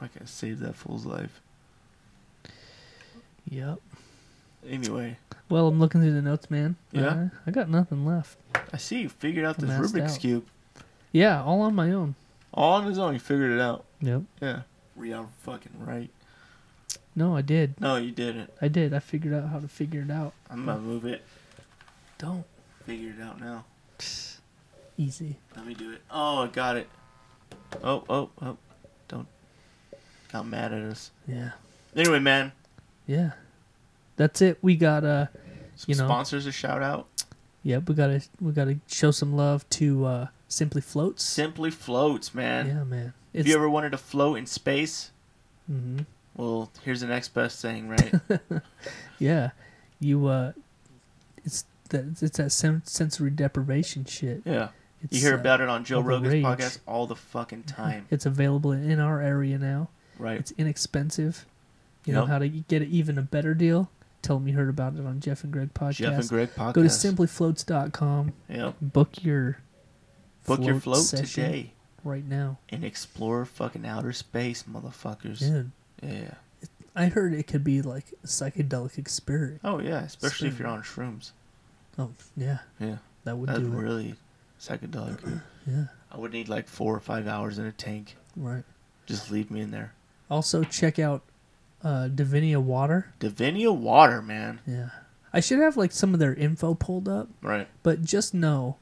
[SPEAKER 2] I could save that fool's life.
[SPEAKER 3] Yep.
[SPEAKER 2] Anyway,
[SPEAKER 3] Well, I'm looking through the notes, man.
[SPEAKER 2] Yeah?
[SPEAKER 3] Uh, I got nothing left.
[SPEAKER 2] I see you figured out
[SPEAKER 3] I'm
[SPEAKER 2] this
[SPEAKER 3] asked
[SPEAKER 2] Rubik's
[SPEAKER 3] out.
[SPEAKER 2] Cube.
[SPEAKER 3] Yeah, all on my own.
[SPEAKER 2] All on his own, he figured it out.
[SPEAKER 3] Yep.
[SPEAKER 2] Yeah. Read out fucking right.
[SPEAKER 3] No, I did.
[SPEAKER 2] No, you didn't.
[SPEAKER 3] I did. I figured out how to figure it out.
[SPEAKER 2] I'm gonna move it.
[SPEAKER 3] Don't.
[SPEAKER 2] Figure it out now.
[SPEAKER 3] Easy.
[SPEAKER 2] Let me do it. Oh, I got it. Oh, oh, oh. Don't. Got mad at us.
[SPEAKER 3] Yeah.
[SPEAKER 2] Anyway, man.
[SPEAKER 3] Yeah. That's it. We got uh
[SPEAKER 2] Some
[SPEAKER 3] You know.
[SPEAKER 2] sponsors to shout out.
[SPEAKER 3] yeah, we gotta we gotta show some love to uh Simply Floats.
[SPEAKER 2] Simply floats, man.
[SPEAKER 3] yeah, man.
[SPEAKER 2] If
[SPEAKER 3] It's
[SPEAKER 2] you ever wanted to float in space,
[SPEAKER 3] hmm
[SPEAKER 2] well, here's the next best thing, right?
[SPEAKER 3] yeah. You uh it's that it's that sen- sensory deprivation shit.
[SPEAKER 2] yeah.
[SPEAKER 3] It's,
[SPEAKER 2] You hear
[SPEAKER 3] uh,
[SPEAKER 2] about it on Joe
[SPEAKER 3] all the
[SPEAKER 2] Rogan's
[SPEAKER 3] rage.
[SPEAKER 2] podcast all the fucking time,
[SPEAKER 3] It's available in our area now.
[SPEAKER 2] right?
[SPEAKER 3] It's inexpensive. You know
[SPEAKER 2] Yep.
[SPEAKER 3] how to get even a better deal? Tell them you heard about it on Jeff and Greg podcast.
[SPEAKER 2] Jeff and Greg podcast.
[SPEAKER 3] Go to simplyfloats.com.
[SPEAKER 2] Yep.
[SPEAKER 3] Book your
[SPEAKER 2] Book your float
[SPEAKER 3] session
[SPEAKER 2] today
[SPEAKER 3] right now.
[SPEAKER 2] and explore fucking outer space, motherfuckers. Yeah.
[SPEAKER 3] Dude, I heard it could be like a psychedelic experience.
[SPEAKER 2] Oh yeah, especially if
[SPEAKER 3] Shrooms.
[SPEAKER 2] you're on shrooms.
[SPEAKER 3] Oh yeah,
[SPEAKER 2] Yeah.
[SPEAKER 3] that would
[SPEAKER 2] That's
[SPEAKER 3] do it.
[SPEAKER 2] really psychedelic.
[SPEAKER 3] Yeah,
[SPEAKER 2] I would need like four or five hours in a tank.
[SPEAKER 3] right.
[SPEAKER 2] Just leave me in there.
[SPEAKER 3] Also check out uh, Divinia Water.
[SPEAKER 2] Divinia water, man.
[SPEAKER 3] Yeah, I should have like some of their info pulled up,
[SPEAKER 2] Right.
[SPEAKER 3] but just know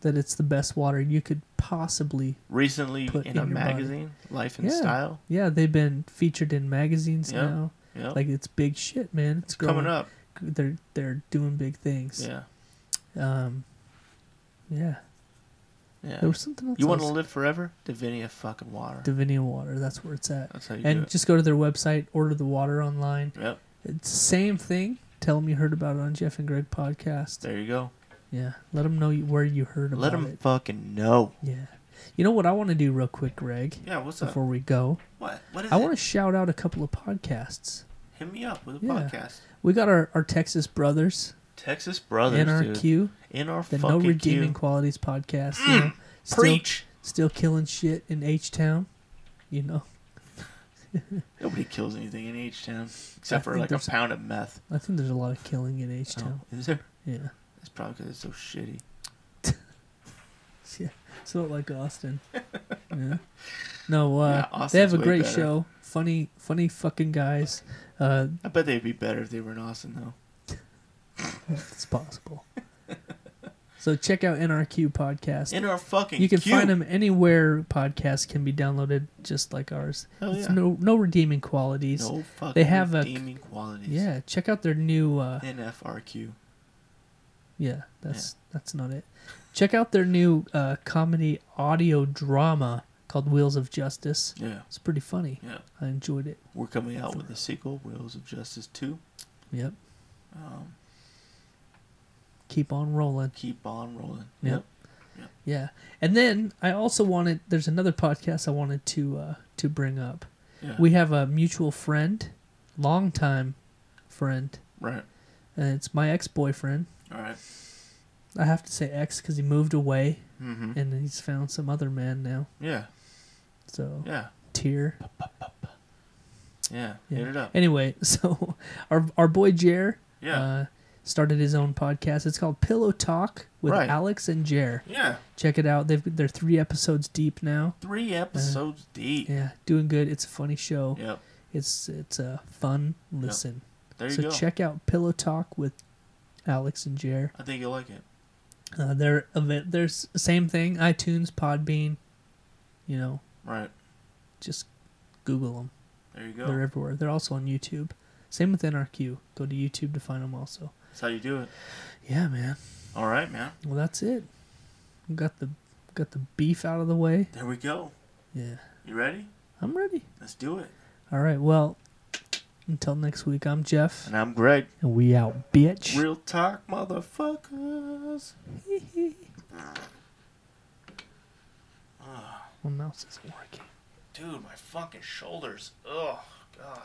[SPEAKER 3] that it's the best water you could possibly.
[SPEAKER 2] Recently
[SPEAKER 3] Put
[SPEAKER 2] in,
[SPEAKER 3] in
[SPEAKER 2] a
[SPEAKER 3] your body.
[SPEAKER 2] magazine, Life and
[SPEAKER 3] Yeah.
[SPEAKER 2] Style.
[SPEAKER 3] Yeah, they've been featured in magazines
[SPEAKER 2] Yeah.
[SPEAKER 3] now.
[SPEAKER 2] Yeah.
[SPEAKER 3] Like it's big shit, man. It's growing.
[SPEAKER 2] coming up.
[SPEAKER 3] They're they're doing big things.
[SPEAKER 2] Yeah.
[SPEAKER 3] Um. Yeah,
[SPEAKER 2] Yeah.
[SPEAKER 3] there was something else.
[SPEAKER 2] You want to
[SPEAKER 3] else.
[SPEAKER 2] live forever? Divinia fucking water.
[SPEAKER 3] Divinia Water. That's where it's at.
[SPEAKER 2] That's how you do
[SPEAKER 3] and
[SPEAKER 2] it.
[SPEAKER 3] just go to their website, order the water online.
[SPEAKER 2] yep.
[SPEAKER 3] It's the same thing. Tell them you heard about it on Jeff and Greg podcast.
[SPEAKER 2] There you go.
[SPEAKER 3] Yeah, let them know you- where you heard about
[SPEAKER 2] Let them
[SPEAKER 3] it.
[SPEAKER 2] fucking know.
[SPEAKER 3] Yeah, you know what I want to do real quick, Greg,
[SPEAKER 2] Yeah. What's
[SPEAKER 3] before we go.
[SPEAKER 2] What? What is
[SPEAKER 3] I want to shout out a couple of podcasts.
[SPEAKER 2] Hit me up with a
[SPEAKER 3] Yeah.
[SPEAKER 2] podcast.
[SPEAKER 3] We got our, our Texas brothers,
[SPEAKER 2] Texas Brothers,
[SPEAKER 3] NRQ,
[SPEAKER 2] dude. In our
[SPEAKER 3] the
[SPEAKER 2] fucking
[SPEAKER 3] No Redeeming
[SPEAKER 2] queue.
[SPEAKER 3] Qualities podcast. you know, still,
[SPEAKER 2] Preach.
[SPEAKER 3] still killing shit in H Town. You know,
[SPEAKER 2] Nobody kills anything in H Town
[SPEAKER 3] I
[SPEAKER 2] except for
[SPEAKER 3] think
[SPEAKER 2] like a
[SPEAKER 3] there's-
[SPEAKER 2] pound of meth.
[SPEAKER 3] I think there's a lot of killing in H Town.
[SPEAKER 2] Oh, is there?
[SPEAKER 3] Yeah,
[SPEAKER 2] That's probably because it's so shitty.
[SPEAKER 3] yeah. It's not like Austin. yeah. No, uh,
[SPEAKER 2] Yeah,
[SPEAKER 3] they have
[SPEAKER 2] Austin's
[SPEAKER 3] a
[SPEAKER 2] way
[SPEAKER 3] great
[SPEAKER 2] better.
[SPEAKER 3] show. Funny, funny fucking guys. Uh,
[SPEAKER 2] I bet they'd be better if they were in Austin though.
[SPEAKER 3] if it's possible. so check out NRQ podcast.
[SPEAKER 2] In our fucking
[SPEAKER 3] you can
[SPEAKER 2] queue.
[SPEAKER 3] find them anywhere podcasts can be downloaded, just like ours.
[SPEAKER 2] Hell
[SPEAKER 3] It's
[SPEAKER 2] yeah.
[SPEAKER 3] no no redeeming qualities.
[SPEAKER 2] No fucking
[SPEAKER 3] They have a-
[SPEAKER 2] redeeming qualities.
[SPEAKER 3] Yeah, check out their new. Uh,
[SPEAKER 2] NFRQ.
[SPEAKER 3] yeah, that's that's not it. Check out their new uh, comedy audio drama called Wheels of Justice.
[SPEAKER 2] Yeah.
[SPEAKER 3] It's pretty funny.
[SPEAKER 2] Yeah.
[SPEAKER 3] I enjoyed it.
[SPEAKER 2] We're coming out with a sequel, Wheels of Justice 2.
[SPEAKER 3] Yep.
[SPEAKER 2] Um,
[SPEAKER 3] Keep on rolling.
[SPEAKER 2] keep on rolling.
[SPEAKER 3] Yep. Yeah. And then I also wanted. There's another podcast I wanted to uh, to bring up.
[SPEAKER 2] Yeah.
[SPEAKER 3] We have a mutual friend, longtime friend,
[SPEAKER 2] Right.
[SPEAKER 3] and it's my ex boyfriend.
[SPEAKER 2] All right.
[SPEAKER 3] I have to say ex because he moved away
[SPEAKER 2] Mm-hmm.
[SPEAKER 3] and he's found some other man now.
[SPEAKER 2] Yeah.
[SPEAKER 3] So
[SPEAKER 2] Yeah.
[SPEAKER 3] tear.
[SPEAKER 2] Yeah.
[SPEAKER 3] Yeah.
[SPEAKER 2] Hit it up.
[SPEAKER 3] Anyway, so our our boy Jer
[SPEAKER 2] Yeah.
[SPEAKER 3] uh, started his own podcast. It's called Pillow Talk with
[SPEAKER 2] Right.
[SPEAKER 3] Alex and Jer.
[SPEAKER 2] yeah.
[SPEAKER 3] Check it out. They've they're three episodes deep now.
[SPEAKER 2] Three episodes deep.
[SPEAKER 3] Yeah, doing good. It's a funny show.
[SPEAKER 2] Yep.
[SPEAKER 3] It's it's a fun listen.
[SPEAKER 2] There you
[SPEAKER 3] so
[SPEAKER 2] go.
[SPEAKER 3] check out Pillow Talk with Alex and Jer.
[SPEAKER 2] I think you'll like it.
[SPEAKER 3] Uh, they're av- there's same thing. iTunes, Podbean, you know,
[SPEAKER 2] Right.
[SPEAKER 3] just Google them.
[SPEAKER 2] There you go.
[SPEAKER 3] They're everywhere. They're also on YouTube. Same with NRQ. Go to YouTube to find them also.
[SPEAKER 2] That's how you do it.
[SPEAKER 3] Yeah, man.
[SPEAKER 2] All right, man.
[SPEAKER 3] Well, that's it. We got the got the beef out of the way.
[SPEAKER 2] There we go.
[SPEAKER 3] Yeah,
[SPEAKER 2] You ready?
[SPEAKER 3] I'm ready.
[SPEAKER 2] Let's do it.
[SPEAKER 3] All right. Well, until next week, I'm Jeff,
[SPEAKER 2] And I'm Greg.
[SPEAKER 3] and we out, bitch.
[SPEAKER 2] Real talk, motherfuckers.
[SPEAKER 3] My mouse isn't working.
[SPEAKER 2] Dude, my fucking shoulders. Oh, God.